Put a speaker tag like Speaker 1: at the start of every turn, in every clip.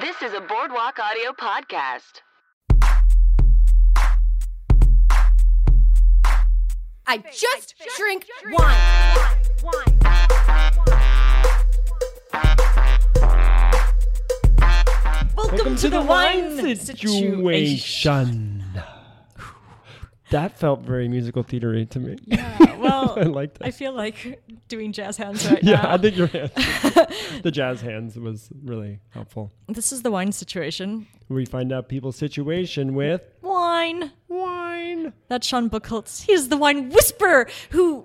Speaker 1: This is a Boardwalk Audio podcast.
Speaker 2: I just drink wine. Welcome, to, the, wine,
Speaker 3: That felt very musical theatery to me.
Speaker 4: Well,
Speaker 3: I like that.
Speaker 4: I feel like doing jazz hands right
Speaker 3: yeah,
Speaker 4: now.
Speaker 3: I think your hands, the jazz hands was really helpful.
Speaker 4: this is the wine situation.
Speaker 3: We find out people's situation with
Speaker 4: Wine.
Speaker 3: wine.
Speaker 4: That's Sean Buchholz. He's the wine whisperer who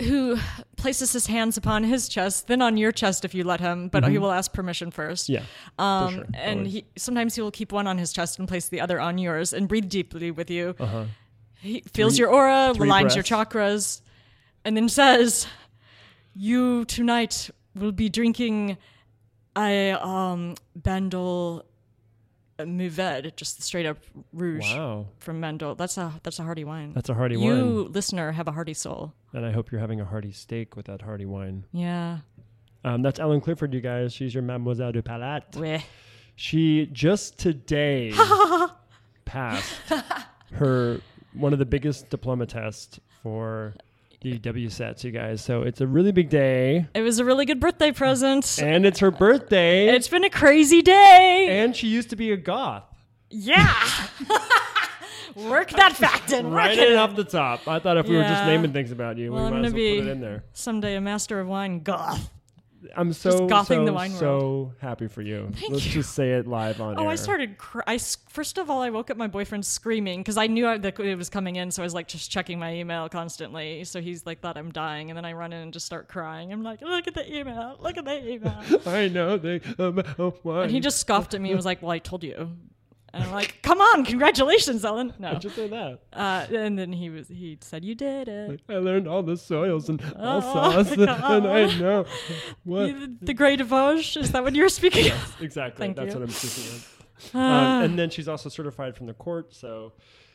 Speaker 4: who places his hands upon his chest, then on your chest if you let him, but
Speaker 3: Mm-hmm.
Speaker 4: he will ask permission first.
Speaker 3: Yeah,
Speaker 4: Um,
Speaker 3: sure,
Speaker 4: and
Speaker 3: always.
Speaker 4: he sometimes he will keep one on his chest and place the other on yours and breathe deeply with you. Uh-huh. He feels
Speaker 3: Three-
Speaker 4: your aura,
Speaker 3: three
Speaker 4: aligns your chakras, and then says, "You tonight will be drinking a um, Bandol Mourvèdre, just straight up rouge
Speaker 3: Wow,
Speaker 4: from Mandel. That's a that's a hearty wine.
Speaker 3: that's a hearty
Speaker 4: you
Speaker 3: wine,
Speaker 4: listener have a hearty soul.
Speaker 3: and I hope you're having a hearty steak with that hearty wine.
Speaker 4: Yeah.
Speaker 3: Um, that's Ellen Clifford, you guys. She's your Mademoiselle du Palat.
Speaker 4: Weh.
Speaker 3: She just today passed her one of the biggest diploma tests for the WSETs, you guys. So it's a really big day,
Speaker 4: It was a really good birthday present.
Speaker 3: and it's her birthday,
Speaker 4: It's been a crazy day.
Speaker 3: and she used to be a goth.
Speaker 4: yeah. Work that fact in. Work
Speaker 3: Right
Speaker 4: it
Speaker 3: in
Speaker 4: in.
Speaker 3: off the top. I thought if we were just
Speaker 4: Yeah.
Speaker 3: naming things about you,
Speaker 4: Well,
Speaker 3: we
Speaker 4: I'm
Speaker 3: might as well
Speaker 4: gonna
Speaker 3: put
Speaker 4: be-
Speaker 3: it in there.
Speaker 4: Someday a master of wine. Goth.
Speaker 3: I'm so
Speaker 4: gothing
Speaker 3: so,
Speaker 4: the wine world.
Speaker 3: so happy for you.
Speaker 4: Thank
Speaker 3: Let's
Speaker 4: you.
Speaker 3: just say it live on
Speaker 4: Oh,
Speaker 3: air.
Speaker 4: I started. Cr- I s- first of all, I woke up my boyfriend screaming because I knew I, that it was coming in, so I was like just checking my email constantly. So he's like, "Thought I'm dying," and then I run in and just start crying. I'm like, "Look at the email! Look at the email!"
Speaker 3: I know they. Um, oh, wine.
Speaker 4: And he just scoffed at me and was like, "Well, I told you." And I'm like, "Come on, congratulations, Ellen." No.
Speaker 3: just say that.
Speaker 4: Uh, and then he was he said, "You did it."
Speaker 3: I learned all the soils and all
Speaker 4: Oh,
Speaker 3: sauce, and
Speaker 4: God.
Speaker 3: I know what
Speaker 4: You- The Grey Devage is that what you were speaking? of?
Speaker 3: exactly.
Speaker 4: Thank
Speaker 3: That's
Speaker 4: you.
Speaker 3: what I'm speaking of. Um, and then she's also certified from the court, so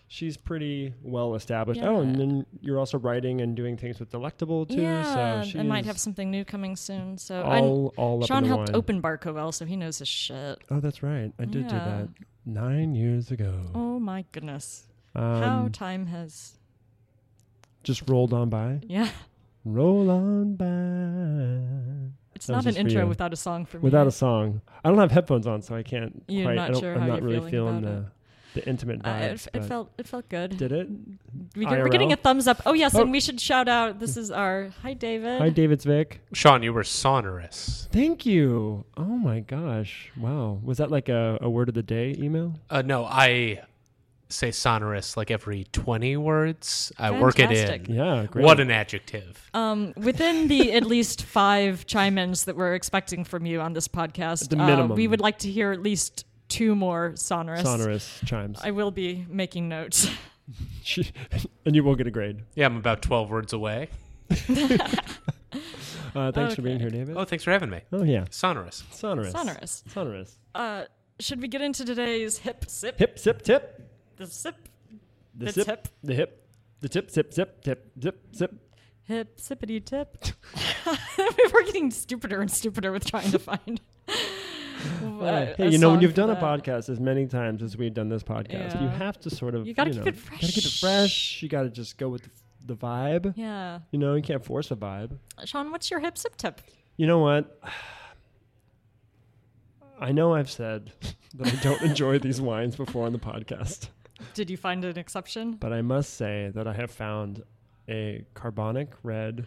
Speaker 3: she's pretty well established. Oh, and then you're also writing and doing things with Delectable too.
Speaker 4: yeah,
Speaker 3: so she
Speaker 4: I might
Speaker 3: is
Speaker 4: have something new coming soon. So I'm-
Speaker 3: all all up
Speaker 4: Sean
Speaker 3: in the
Speaker 4: helped
Speaker 3: wine.
Speaker 4: open Bar Covell, so he knows his shit.
Speaker 3: Oh, that's right. I did
Speaker 4: Yeah.
Speaker 3: do that nine years ago.
Speaker 4: Oh my goodness,
Speaker 3: um,
Speaker 4: how time has
Speaker 3: just rolled on by.
Speaker 4: yeah.
Speaker 3: Roll on by.
Speaker 4: It's
Speaker 3: That was
Speaker 4: not an
Speaker 3: just for
Speaker 4: intro
Speaker 3: you.
Speaker 4: without a song for me.
Speaker 3: Without a song, I don't have headphones on, so I can't
Speaker 4: You're
Speaker 3: quite. I
Speaker 4: not
Speaker 3: don't,
Speaker 4: sure
Speaker 3: I'm
Speaker 4: how
Speaker 3: not
Speaker 4: you're
Speaker 3: really
Speaker 4: feeling
Speaker 3: feeling the,
Speaker 4: about
Speaker 3: the intimate
Speaker 4: Uh,
Speaker 3: vibe.
Speaker 4: it, it felt it felt good.
Speaker 3: Did it?
Speaker 4: we get, we're
Speaker 3: IRL?
Speaker 4: getting a thumbs up. Oh yes,
Speaker 3: Oh.
Speaker 4: and we should shout out. This is our hi David.
Speaker 3: Hi, David's Vic.
Speaker 5: Sean, you were sonorous.
Speaker 3: Thank you. Oh my gosh. Wow. Was that like a, a word of the day email?
Speaker 5: Uh, no, I say sonorous like every 20 words. I work it
Speaker 4: Fantastic.
Speaker 5: in.
Speaker 3: Yeah. Great.
Speaker 5: What an adjective.
Speaker 4: Um, within the at least five chime-ins that we're expecting from you on this podcast,
Speaker 3: The
Speaker 4: uh,
Speaker 3: minimum.
Speaker 4: we would like to hear at least two more sonorous.
Speaker 3: sonorous chimes.
Speaker 4: I will be making notes.
Speaker 3: and you will get a grade.
Speaker 5: Yeah, I'm about 12 words away.
Speaker 3: Uh, thanks for
Speaker 4: Okay.
Speaker 3: being here, David.
Speaker 5: Oh, thanks for having me.
Speaker 3: Oh yeah.
Speaker 5: Sonorous.
Speaker 3: Sonorous.
Speaker 4: Sonorous.
Speaker 3: Sonorous.
Speaker 4: Uh, should we get into today's hip sip?
Speaker 3: Hip sip tip.
Speaker 4: The sip.
Speaker 3: The
Speaker 4: The
Speaker 3: sip.
Speaker 4: tip.
Speaker 3: The hip. The tip sip sip tip zip zip.
Speaker 4: Hip sippity tip. we're getting stupider and stupider with trying to find.
Speaker 3: Uh,
Speaker 4: a-
Speaker 3: hey,
Speaker 4: a
Speaker 3: you know when
Speaker 4: song
Speaker 3: you've
Speaker 4: for
Speaker 3: done a
Speaker 4: that.
Speaker 3: podcast as many times as we've done this podcast, you
Speaker 4: Yeah.
Speaker 3: have to sort of
Speaker 4: You gotta keep
Speaker 3: know,
Speaker 4: it
Speaker 3: gotta keep it fresh. You got to just go with the, the vibe.
Speaker 4: Yeah,
Speaker 3: You know, you can't force a vibe.
Speaker 4: Sean, what's your hip sip tip?
Speaker 3: You know what? I know I've said that I don't enjoy these wines before on the podcast,
Speaker 4: Did you find an exception?
Speaker 3: but I must say that I have found a carbonic red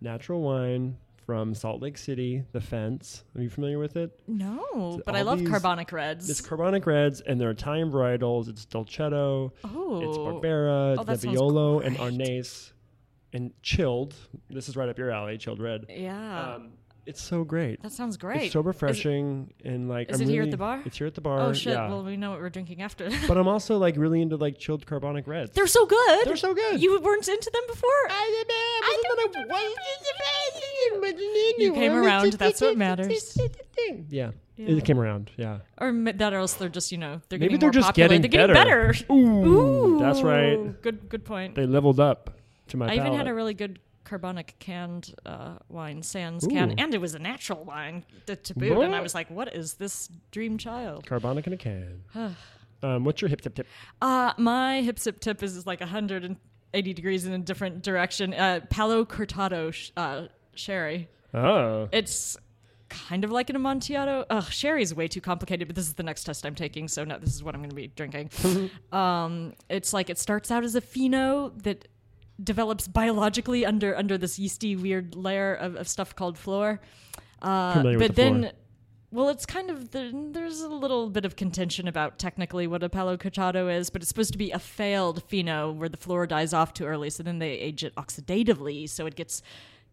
Speaker 3: natural wine from Salt Lake City, The Fence. Are you familiar with it?
Speaker 4: No, but I
Speaker 3: all
Speaker 4: love
Speaker 3: these-
Speaker 4: carbonic reds.
Speaker 3: It's carbonic reds and they're Italian varietals. It's Dolcetto,
Speaker 4: oh,
Speaker 3: it's Barbera,
Speaker 4: Oh, that
Speaker 3: it's
Speaker 4: sounds
Speaker 3: Nebbiolo, and
Speaker 4: great.
Speaker 3: Arnais, and chilled. This is right up your alley, chilled red.
Speaker 4: Yeah,
Speaker 3: Um, it's so great.
Speaker 4: that sounds great.
Speaker 3: It's so refreshing and like.
Speaker 4: is
Speaker 3: I'm
Speaker 4: it here at
Speaker 3: really-
Speaker 4: the bar?
Speaker 3: It's here at the bar.
Speaker 4: oh shit!
Speaker 3: yeah.
Speaker 4: Well, we know what we're drinking after.
Speaker 3: but I'm also like really into like chilled carbonic reds.
Speaker 4: They're so good.
Speaker 3: They're so good.
Speaker 4: You weren't into them before. You came around, that's what matters.
Speaker 3: Yeah. it came around. Yeah,
Speaker 4: or ma- that, or else they're just you know they're
Speaker 3: maybe
Speaker 4: getting
Speaker 3: they're
Speaker 4: more
Speaker 3: just
Speaker 4: popular.
Speaker 3: getting
Speaker 4: they're getting better.
Speaker 3: Ooh, that's right.
Speaker 4: Ooh, Good good point.
Speaker 3: They leveled up to my.
Speaker 4: I even had
Speaker 3: palate.
Speaker 4: a really good carbonic canned uh, wine, sans can,
Speaker 3: Ooh.
Speaker 4: and it was a natural wine t- to boot. And I was like, what is this dream child?
Speaker 3: Carbonic in a can. um, what's your hip tip tip?
Speaker 4: Uh, my hip sip tip is like 180 degrees in a different direction. Uh, Palo Cortado sh- uh, sherry.
Speaker 3: Oh,
Speaker 4: It's kind of like an Amontillado. Ugh, sherry's way too complicated, but this is the next test I'm taking, so no, this is what I'm going to be drinking. um, it's like it starts out as a pheno that develops biologically under under this yeasty weird layer of, of stuff called floor. Uh,
Speaker 3: Familiar
Speaker 4: but
Speaker 3: with the
Speaker 4: then.
Speaker 3: floor.
Speaker 4: Well, it's kind of the, there's a little bit of contention about technically what a palo cortado is, but it's supposed to be a failed pheno where the flora dies off too early, so then they age it oxidatively, so it gets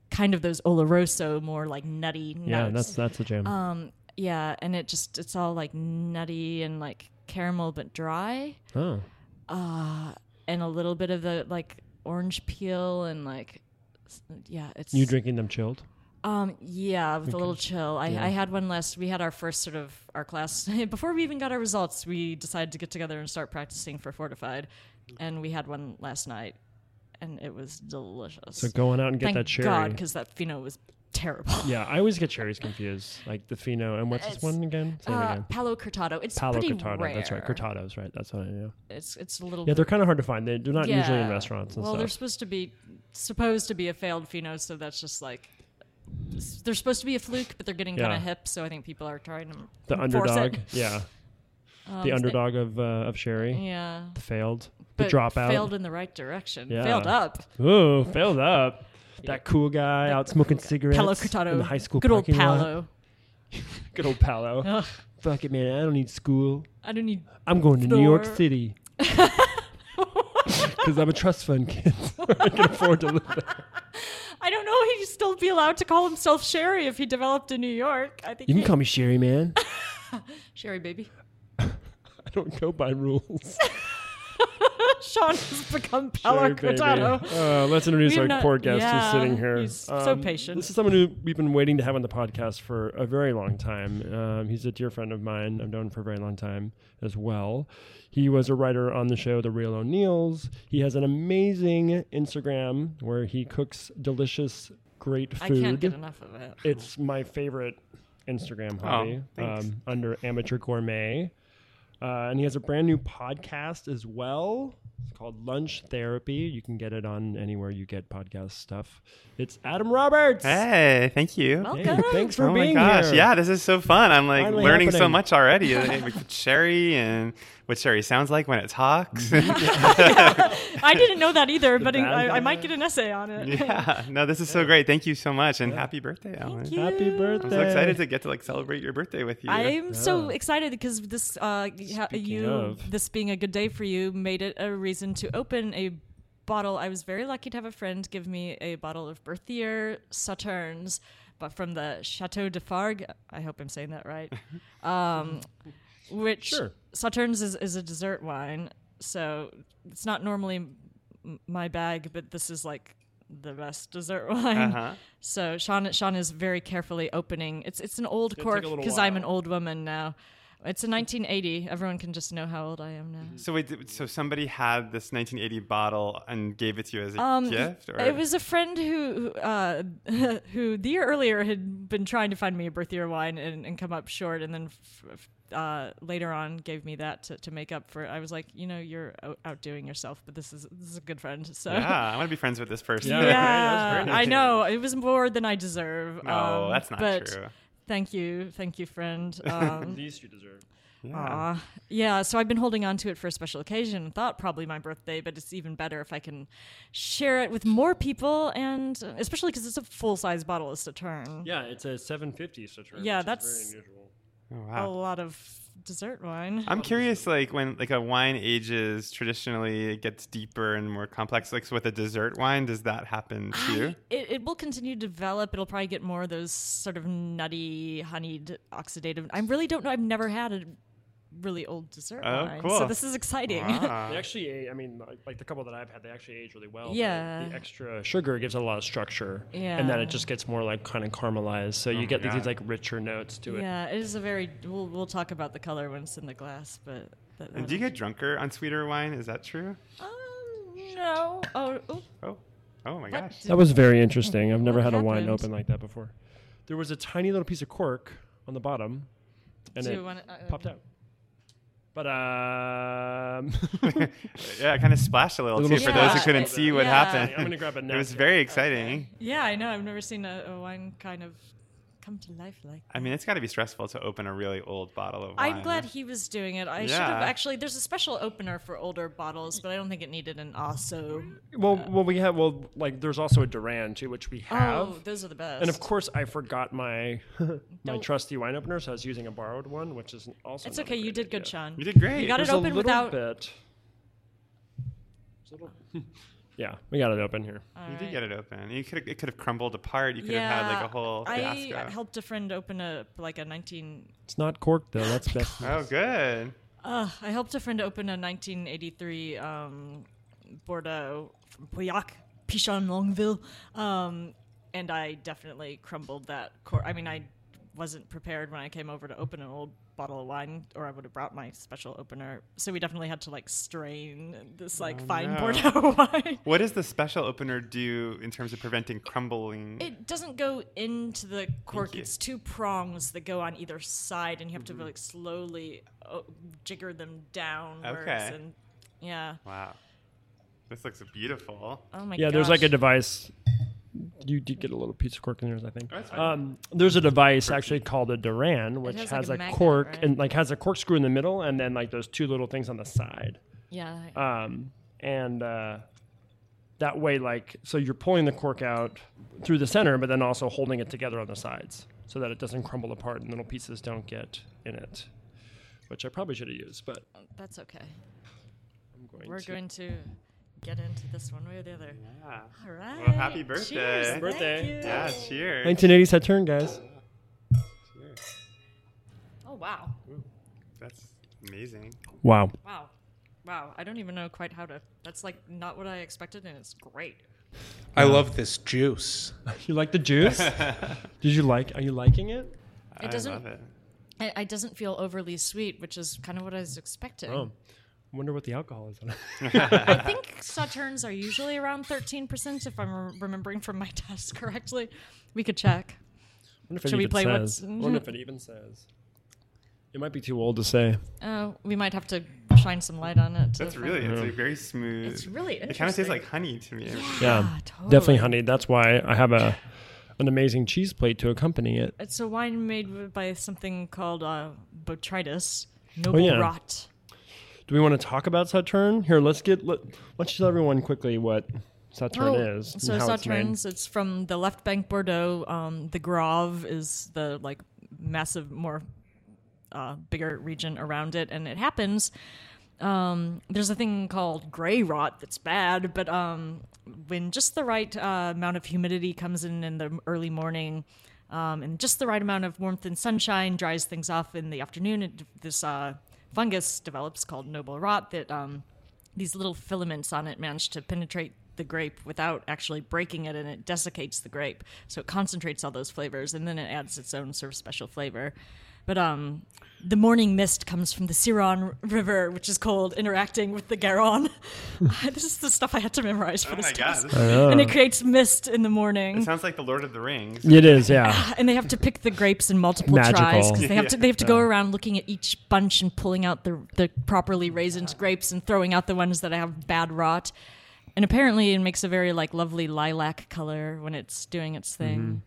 Speaker 4: kind of those oloroso, more like nutty notes.
Speaker 3: yeah, that's that's a jam.
Speaker 4: Um, yeah, and it just it's all like nutty and like caramel but dry,
Speaker 3: oh,
Speaker 4: and a little bit of the like orange peel and like s- yeah, it's
Speaker 3: you drinking them chilled?
Speaker 4: Um, yeah, with a little chill. I, I had one last. We had our first sort of our class before we even got our results. We decided to get together and start practicing for fortified, and we had one last night, and it was delicious.
Speaker 3: So going out and get
Speaker 4: Thank
Speaker 3: that cherry.
Speaker 4: God, because that pheno was terrible.
Speaker 3: yeah, I always get cherries confused, like the Fino and what's this
Speaker 4: It's,
Speaker 3: one again? Say it
Speaker 4: Uh,
Speaker 3: again.
Speaker 4: Palo Cortado. It's
Speaker 3: Palo
Speaker 4: pretty
Speaker 3: Cortado.
Speaker 4: rare.
Speaker 3: That's right. Cortados, right? That's what I know.
Speaker 4: It's it's a little.
Speaker 3: Yeah, they're kind of hard to find. They- They're not usually in
Speaker 4: Yeah.
Speaker 3: restaurants and
Speaker 4: well, they're
Speaker 3: stuff.
Speaker 4: supposed to be supposed to be a failed pheno, so that's just like they're supposed to be a fluke, but they're getting
Speaker 3: Yeah.
Speaker 4: kind of hip. So I think people are trying to
Speaker 3: The
Speaker 4: enforce
Speaker 3: underdog.
Speaker 4: It. Um,
Speaker 3: Yeah. the underdog of uh, of Sherry.
Speaker 4: Yeah.
Speaker 3: The failed. The
Speaker 4: But
Speaker 3: dropout.
Speaker 4: failed in the right direction.
Speaker 3: Yeah.
Speaker 4: Failed up.
Speaker 3: Ooh, failed up. That cool guy out smoking cigarettes
Speaker 4: Palo Cortado.
Speaker 3: in the high school
Speaker 4: Good old
Speaker 3: parking lot.
Speaker 4: Palo.
Speaker 3: Good old Palo.
Speaker 4: Ugh.
Speaker 3: Fuck it, man. I don't need school.
Speaker 4: I don't need.
Speaker 3: I'm going to New York
Speaker 4: Floor.
Speaker 3: City. Because I'm a trust fund kid. I can afford to live there.
Speaker 4: I don't know. He'd still be allowed to call himself Sherry if he developed in New York. I think.
Speaker 3: You can
Speaker 4: he-
Speaker 3: call me Sherry, man.
Speaker 4: Sherry, baby.
Speaker 3: I don't go by rules.
Speaker 4: Sean has become
Speaker 3: Sherry,
Speaker 4: Palo
Speaker 3: baby.
Speaker 4: Cortado.
Speaker 3: Uh, let's introduce
Speaker 4: We have
Speaker 3: our
Speaker 4: not-
Speaker 3: poor guest who's
Speaker 4: yeah,
Speaker 3: sitting here. Um,
Speaker 4: he's so patient.
Speaker 3: This is someone who we've been waiting to have on the podcast for a very long time. Um, he's a dear friend of mine. I've known for a very long time as well. He was a writer on the show The Real O'Neills. He has an amazing Instagram where he cooks delicious, great
Speaker 4: I
Speaker 3: food.
Speaker 4: can't get enough of it.
Speaker 3: It's my favorite Instagram hobby um, under Amateur Gourmet. Uh, and he has a brand new podcast as well. It's called Lunch Therapy. You can get it on anywhere you get podcast stuff. It's Adam Roberts.
Speaker 6: Hey, thank you.
Speaker 3: Hey,
Speaker 4: Welcome.
Speaker 3: thanks for
Speaker 6: oh
Speaker 3: being
Speaker 6: my gosh,
Speaker 3: here.
Speaker 6: yeah, this is so fun. I'm like
Speaker 3: Finally
Speaker 6: learning so
Speaker 3: happening.
Speaker 6: much already. With Sherry and what Sherry sounds like when it talks.
Speaker 4: I didn't know that either, but
Speaker 3: bad
Speaker 4: I, I
Speaker 3: guy.
Speaker 4: might get an essay on it.
Speaker 6: yeah, no, this is so great. Thank you so much, and happy birthday, Alan.
Speaker 4: you.
Speaker 3: Happy birthday.
Speaker 6: I'm so excited to get to like celebrate your birthday with you.
Speaker 4: I'm so excited because this, uh, y- ha-
Speaker 3: Oh. Speaking
Speaker 4: you,
Speaker 3: of.
Speaker 4: this being a good day for you, made it a reason to open a bottle. I was very lucky to have a friend give me a bottle of Berthier Sauternes, but from the Chateau de Fargue. I hope I'm saying that right. Um, which
Speaker 3: Sure.
Speaker 4: Sauternes is, is a dessert wine, so it's not normally m- my bag, but this is like the best dessert wine.
Speaker 6: Uh-huh.
Speaker 4: So Sean Sean is very carefully opening. It's it's an old
Speaker 3: take a
Speaker 4: cork
Speaker 3: little
Speaker 4: because I'm an
Speaker 3: while.
Speaker 4: old woman now. It's a 1980. Everyone can just know how old I am
Speaker 3: Mm-hmm.
Speaker 4: now.
Speaker 6: So wait, th- so somebody had this 1980 bottle and gave it to you as a
Speaker 4: Um,
Speaker 6: gift, or
Speaker 4: It was a friend who who, uh, who the year earlier had been trying to find me a birth year wine and, and come up short, and then f- f- uh, later on gave me that to, to make up for. I was like, you know, you're o- outdoing yourself, but this is this is a good friend. So
Speaker 6: yeah, I want to be friends with this person.
Speaker 3: Yeah.
Speaker 4: Yeah,
Speaker 3: That's very
Speaker 4: I
Speaker 3: nice.
Speaker 4: know it was more than I deserve.
Speaker 6: No,
Speaker 4: um,
Speaker 6: that's not
Speaker 4: but
Speaker 6: true.
Speaker 4: Thank you, thank you, friend. Um,
Speaker 3: Least you deserve.
Speaker 4: Aw. Yeah, so I've been holding on to it for a special occasion. Thought probably my birthday, but it's even better if I can share it with more people, and uh, especially because it's a full size bottle of Saturn.
Speaker 3: Yeah, it's a 750 Saturn.
Speaker 4: Yeah, which is that's- very
Speaker 3: unusual.
Speaker 6: Oh,
Speaker 4: A
Speaker 6: wow.
Speaker 4: lot of dessert wine.
Speaker 6: I'm curious, like when like a wine ages, traditionally it gets deeper and more complex. Like so with a dessert wine, does that happen too?
Speaker 4: It, it will continue to develop. It'll probably get more of those sort of nutty, honeyed, oxidative. I really don't know. I've never had a really old dessert
Speaker 6: Oh,
Speaker 4: wine, so
Speaker 6: cool.
Speaker 4: this is exciting.
Speaker 3: They
Speaker 6: Wow.
Speaker 3: actually, age- I mean, like, like the couple that I've had, they actually age really well. but
Speaker 4: Yeah.
Speaker 3: The extra sugar gives it a lot of structure. And then
Speaker 4: Yeah.
Speaker 3: it just gets more like kind of caramelized.
Speaker 6: Oh
Speaker 3: So you get these like richer notes to it.
Speaker 4: yeah, it is a very. We'll, we'll talk about the color when it's in the glass, but. That,
Speaker 6: And do you get drunker on sweeter wine? Is that true?
Speaker 4: Um, no. Oh, oh,
Speaker 6: Oh, Oh my gosh.
Speaker 3: That was very interesting. I've never had
Speaker 4: What
Speaker 3: a wine
Speaker 4: happened?
Speaker 3: open like that before. There was a tiny little piece of cork on the bottom, and
Speaker 4: Do
Speaker 3: it
Speaker 4: you wanna- uh,
Speaker 3: popped out. But um,
Speaker 6: Yeah, I kind of splashed a little,
Speaker 3: A little
Speaker 6: too for those who
Speaker 4: splash.
Speaker 6: couldn't see what
Speaker 4: Yeah.
Speaker 3: I'm
Speaker 6: happened.
Speaker 3: gonna grab a napkin.
Speaker 6: It was very exciting.
Speaker 4: Yeah, I know. I've never seen a, a wine kind of come to life like.
Speaker 6: I mean, it's got to be stressful to open a really old bottle of wine.
Speaker 4: I'm glad he was doing it. I should have
Speaker 6: Yeah.
Speaker 4: actually. There's a special opener for older bottles, but I don't think it needed an also.
Speaker 3: well, well, we have well, like there's also a Duran too, which we have.
Speaker 4: Oh, those are the best.
Speaker 3: and of course, I forgot my my
Speaker 4: Don't-
Speaker 3: trusty wine opener, so I was using a borrowed one, which is also.
Speaker 4: it's
Speaker 3: not a
Speaker 4: okay. You
Speaker 3: great
Speaker 4: did good,
Speaker 3: idea.
Speaker 4: Sean.
Speaker 6: You did great.
Speaker 4: You got
Speaker 3: There's
Speaker 4: it
Speaker 3: a
Speaker 4: open
Speaker 3: little
Speaker 4: without.
Speaker 3: bit. There's a little- yeah, we got it open here.
Speaker 4: Uh,
Speaker 6: You did get it open. You could it could have crumbled apart. You could have had like a whole fiasco.
Speaker 4: I helped a friend open a like a 19
Speaker 3: It's not corked though. That's best.
Speaker 6: oh, good.
Speaker 4: Uh, I helped a friend open a 1983 um, Bordeaux from Pauillac, Pichon Longueville, um, and I definitely crumbled that cork. I mean, I wasn't prepared when I came over to open an old bottle of wine, or I would have brought my special opener. So we definitely had to like strain this like fine
Speaker 6: Oh, no.
Speaker 4: Bordeaux wine.
Speaker 6: What does the special opener do in terms of preventing crumbling?
Speaker 4: It doesn't go into the cork.
Speaker 6: you. Mm-hmm.
Speaker 4: It's two prongs that go on either side, and you have to like slowly uh, jigger them downwards.
Speaker 6: Okay.
Speaker 4: And yeah.
Speaker 6: wow, this looks beautiful.
Speaker 4: Oh my
Speaker 3: yeah, there's like a
Speaker 4: gosh.
Speaker 3: device. You did get a little piece of cork in yours, I think.
Speaker 6: That's fine.
Speaker 3: Um, there's a device actually called a Duran, which
Speaker 4: has,
Speaker 3: has,
Speaker 4: like, a
Speaker 3: a,
Speaker 4: magnet,
Speaker 3: cork
Speaker 4: right?
Speaker 3: and like has a corkscrew in the middle, and then like those two little things on the side.
Speaker 4: yeah.
Speaker 3: Um, and uh, that way, like, so you're pulling the cork out through the center, but then also holding it together on the sides so that it doesn't crumble apart and little pieces don't get in it. Which I probably should have used, but
Speaker 4: That's okay.
Speaker 3: I'm going
Speaker 4: We're
Speaker 3: to.
Speaker 4: going to get into this one way or the other.
Speaker 6: Yeah.
Speaker 4: All right.
Speaker 6: Well, happy birthday.
Speaker 4: Cheers. Thank
Speaker 3: Birthday.
Speaker 4: you.
Speaker 6: Yeah. Cheers.
Speaker 3: 1980s had turned, guys.
Speaker 4: Oh wow.
Speaker 6: That's amazing.
Speaker 3: Wow.
Speaker 4: Wow. Wow. I don't even know quite how to. That's like not what I expected, and it's great.
Speaker 5: I love this juice.
Speaker 3: You like the juice? Did you like? Are you liking it?
Speaker 4: It
Speaker 6: I
Speaker 4: doesn't.
Speaker 6: love it.
Speaker 4: It, it doesn't feel overly sweet, which is kind of what I was expecting.
Speaker 3: Oh, I wonder what the alcohol is. on it.
Speaker 4: I think sauternes are usually around 13%, if I'm re- remembering from my test correctly. We could check.
Speaker 3: wonder if it
Speaker 4: Should we
Speaker 3: even
Speaker 4: play what's-
Speaker 3: says. I wonder if it even says. It might be too old to say.
Speaker 4: Uh, we might have to shine some light on it. to
Speaker 6: That's
Speaker 4: find-
Speaker 6: really. It's like very smooth.
Speaker 4: It's really
Speaker 6: It kind of tastes
Speaker 4: interesting.
Speaker 6: like honey to me. Oh
Speaker 3: Yeah,
Speaker 4: Ah, totally.
Speaker 3: definitely honey. That's why I have a an amazing cheese plate to accompany it.
Speaker 4: It's a wine made w- by something called uh, Botrytis, noble
Speaker 3: yeah.
Speaker 4: rot.
Speaker 3: Do we want to talk about Saturn? Here, let's get. Let, let's tell everyone quickly what Saturn is. and
Speaker 4: Oh, so
Speaker 3: how it's made.
Speaker 4: Sauternes, it's, from the left bank Bordeaux. Um, the Grave is the like massive, more uh, bigger region around it, and it happens. Um, there's a thing called gray rot that's bad, but um, when just the right uh, amount of humidity comes in in the early morning, um, and just the right amount of warmth and sunshine dries things off in the afternoon, it, this uh, fungus develops called noble rot that um, these little filaments on it manage to penetrate the grape without actually breaking it and it desiccates the grape so it concentrates all those flavors and then it adds its own sort of special flavor but um the morning mist comes from the Ciron river which is called interacting with the Garonne this is the stuff i had to memorize for
Speaker 6: Oh
Speaker 4: this
Speaker 6: my god.
Speaker 4: test
Speaker 6: this is-
Speaker 4: and it creates mist in the morning
Speaker 6: It sounds like the Lord of the Rings.
Speaker 3: It is, yeah.
Speaker 4: and they have to pick the grapes in multiple
Speaker 3: Magical.
Speaker 4: tries because they have to they have to go around looking at each bunch and pulling out the the properly raisined grapes and throwing out the ones that have bad rot. And apparently, it makes a very like lovely lilac color when it's doing its thing.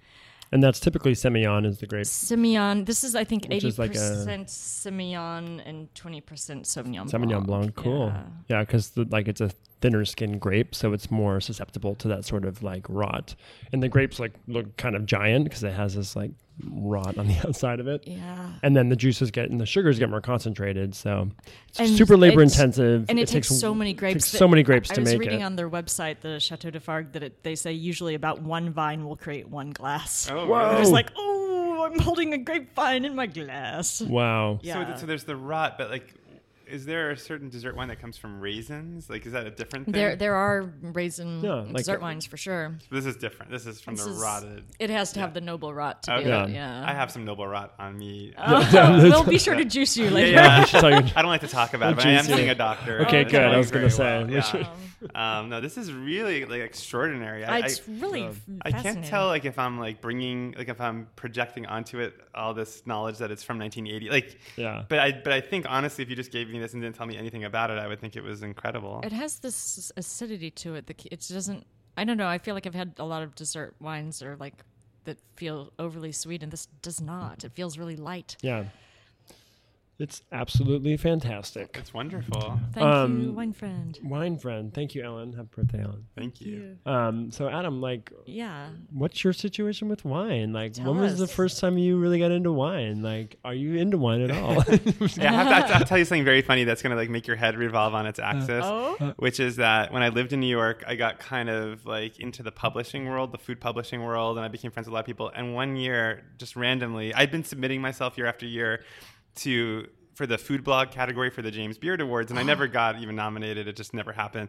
Speaker 3: and that's typically Semillon is the grape.
Speaker 4: Simeon, this is I think
Speaker 3: Which
Speaker 4: eighty
Speaker 3: is like a-
Speaker 4: percent Simeon and twenty percent Sauvignon.
Speaker 3: Sauvignon Blanc, cool.
Speaker 4: Yeah.
Speaker 3: Yeah, because like it's a thinner skin grape, so it's more susceptible to that sort of like rot. And the grapes like look kind of giant because it has this like rot on the outside of it.
Speaker 4: Yeah.
Speaker 3: And then the juices get and the sugars get more concentrated, so it's
Speaker 4: And
Speaker 3: super labor
Speaker 4: it's-
Speaker 3: intensive.
Speaker 4: and it, takes, so many
Speaker 3: it
Speaker 4: grapes.
Speaker 3: takes
Speaker 4: that-
Speaker 3: so many grapes
Speaker 4: I
Speaker 3: to
Speaker 4: was
Speaker 3: make
Speaker 4: reading
Speaker 3: it.
Speaker 4: on their website, the Chateau de Fargue, that it, they say usually about one vine will create one glass.
Speaker 6: Oh,
Speaker 3: Whoa.
Speaker 6: really?
Speaker 4: I was like, oh, I'm holding a grapevine in my glass.
Speaker 3: wow.
Speaker 4: Yeah.
Speaker 6: So, th- so there's the rot, but like, is there a certain dessert wine that comes from raisins? Like, is that a different thing?
Speaker 4: There, there are raisin
Speaker 3: Yeah, like-
Speaker 4: dessert wines for sure.
Speaker 6: this is different. This is from
Speaker 4: This
Speaker 6: the
Speaker 4: is-
Speaker 6: rotted.
Speaker 4: It has to have the noble rot to be
Speaker 6: Okay.
Speaker 4: it.
Speaker 6: I
Speaker 4: Yeah. Oh.
Speaker 6: have some noble rot on me.
Speaker 4: we'll be sure to juice you later.
Speaker 6: yeah.
Speaker 3: I should tell you.
Speaker 6: I don't like to talk about it, but I am
Speaker 3: juicy.
Speaker 6: seeing a doctor.
Speaker 3: Okay,
Speaker 6: and it's
Speaker 3: good. I
Speaker 6: going
Speaker 3: was gonna
Speaker 6: very
Speaker 3: say,
Speaker 6: well.
Speaker 3: we
Speaker 6: Yeah.
Speaker 3: should-
Speaker 6: Um, no, this is really like extraordinary. I,
Speaker 4: It's
Speaker 6: I,
Speaker 4: really f-
Speaker 6: I
Speaker 4: fascinating.
Speaker 6: can't tell like if I'm like bringing like if I'm projecting onto it all this knowledge that it's from 1980. Like,
Speaker 3: Yeah.
Speaker 6: But I but I think honestly, if you just gave me this and didn't tell me anything about it, I would think it was incredible.
Speaker 4: It has this acidity to it. that It doesn't. I don't know. I feel like I've had a lot of dessert wines that are like that feel overly sweet, and this does not. It feels really light.
Speaker 3: Yeah. It's absolutely fantastic.
Speaker 6: it's wonderful.
Speaker 4: Thank you,
Speaker 3: Um,
Speaker 4: wine friend.
Speaker 3: Wine friend. Thank you, Ellen. Happy birthday, Ellen.
Speaker 6: Thank you.
Speaker 3: Um, so Adam, like
Speaker 4: Yeah.
Speaker 3: what's your situation with wine? Like when
Speaker 4: Tell
Speaker 3: was the
Speaker 4: us.
Speaker 3: first time you really got into wine? Like, are you into wine at all?
Speaker 6: Yeah, I have to, I have to- I'll tell you something very funny that's gonna like make your head revolve on its axis, which is that when I lived in New York, I got kind of like into the publishing world, the food publishing world, and I became friends with a lot of people. And one year, just randomly, I'd been submitting myself year after year to for the food blog category for the James Beard Awards, and I never got even nominated. It just never happened.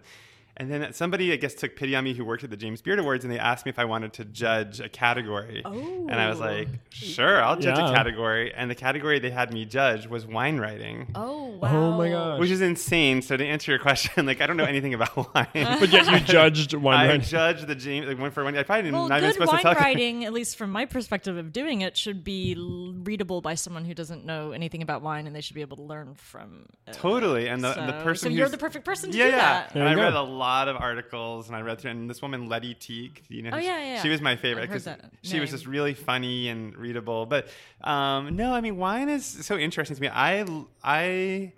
Speaker 6: And then somebody, I guess, took pity on me who worked at the James Beard Awards, and they asked me if I wanted to judge a category. Oh. And I was like, sure, I'll judge
Speaker 3: Yeah.
Speaker 6: a category. And the category they had me judge was wine writing,
Speaker 4: Oh wow.
Speaker 3: oh my gosh.
Speaker 6: which is insane. So to answer your question, like I don't know anything about wine.
Speaker 3: but yet you judged wine
Speaker 6: I
Speaker 3: writing.
Speaker 6: judge the James like one for one. I probably didn't
Speaker 4: Well,
Speaker 6: not even
Speaker 4: good
Speaker 6: supposed
Speaker 4: wine
Speaker 6: to talk.
Speaker 4: writing, at least from my perspective of doing it, should be l- readable by someone who doesn't know anything about wine, and they should be able to learn from. It.
Speaker 6: Totally, and the, and the
Speaker 4: So-
Speaker 6: person
Speaker 4: so you're
Speaker 6: who's-
Speaker 4: the perfect person to
Speaker 6: yeah,
Speaker 4: do
Speaker 6: yeah.
Speaker 4: that.
Speaker 3: There
Speaker 6: And I
Speaker 3: you
Speaker 6: read
Speaker 3: go.
Speaker 6: a lot of articles, and I read through. And this woman, Letty Teague, you know,
Speaker 4: Oh,
Speaker 6: she-
Speaker 4: yeah, yeah,
Speaker 6: she
Speaker 4: yeah.
Speaker 6: was my
Speaker 4: I've
Speaker 6: favorite
Speaker 4: heard
Speaker 6: because
Speaker 4: that
Speaker 6: she was
Speaker 4: name.
Speaker 6: just really funny and readable. But um, no, I mean, wine is so interesting to me. I, I,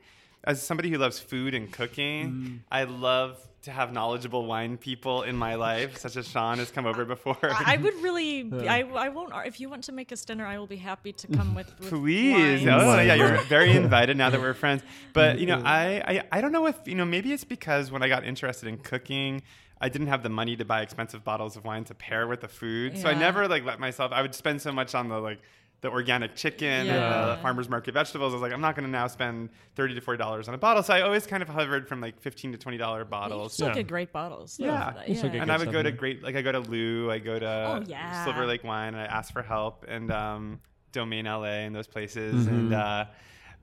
Speaker 6: as somebody who loves food and cooking,
Speaker 3: Mm.
Speaker 6: I love to have knowledgeable wine people in my life, such as Sean has come over before.
Speaker 4: I I would really. I, I won't. ar- If you want to make us dinner, I will be happy to come with. with
Speaker 6: Please.
Speaker 4: wine.
Speaker 6: Oh, yeah, you're very invited now that we're friends. But, you know, I, I, I don't know if, you know, maybe it's because when I got interested in cooking, I didn't have the money to buy expensive bottles of wine to pair with the food. So I
Speaker 4: Yeah.
Speaker 6: never, like, let myself, I would spend so much on the, like, the organic chicken and
Speaker 4: Yeah.
Speaker 6: the farmer's market vegetables. I was like, I'm not going to now spend 30 to $40 on a bottle. So I always kind of hovered from, like, 15 to $20
Speaker 4: You can
Speaker 6: bottles.
Speaker 4: still
Speaker 3: Yeah.
Speaker 4: get great bottles.
Speaker 6: Yeah.
Speaker 4: Though.
Speaker 6: You
Speaker 3: still get
Speaker 6: and I would go to
Speaker 3: something.
Speaker 6: great, like I go to Lou, I go to
Speaker 4: Oh, yeah.
Speaker 6: Silver Lake Wine, and I ask for help and um, Domain LA and those places.
Speaker 3: Mm-hmm.
Speaker 6: And uh,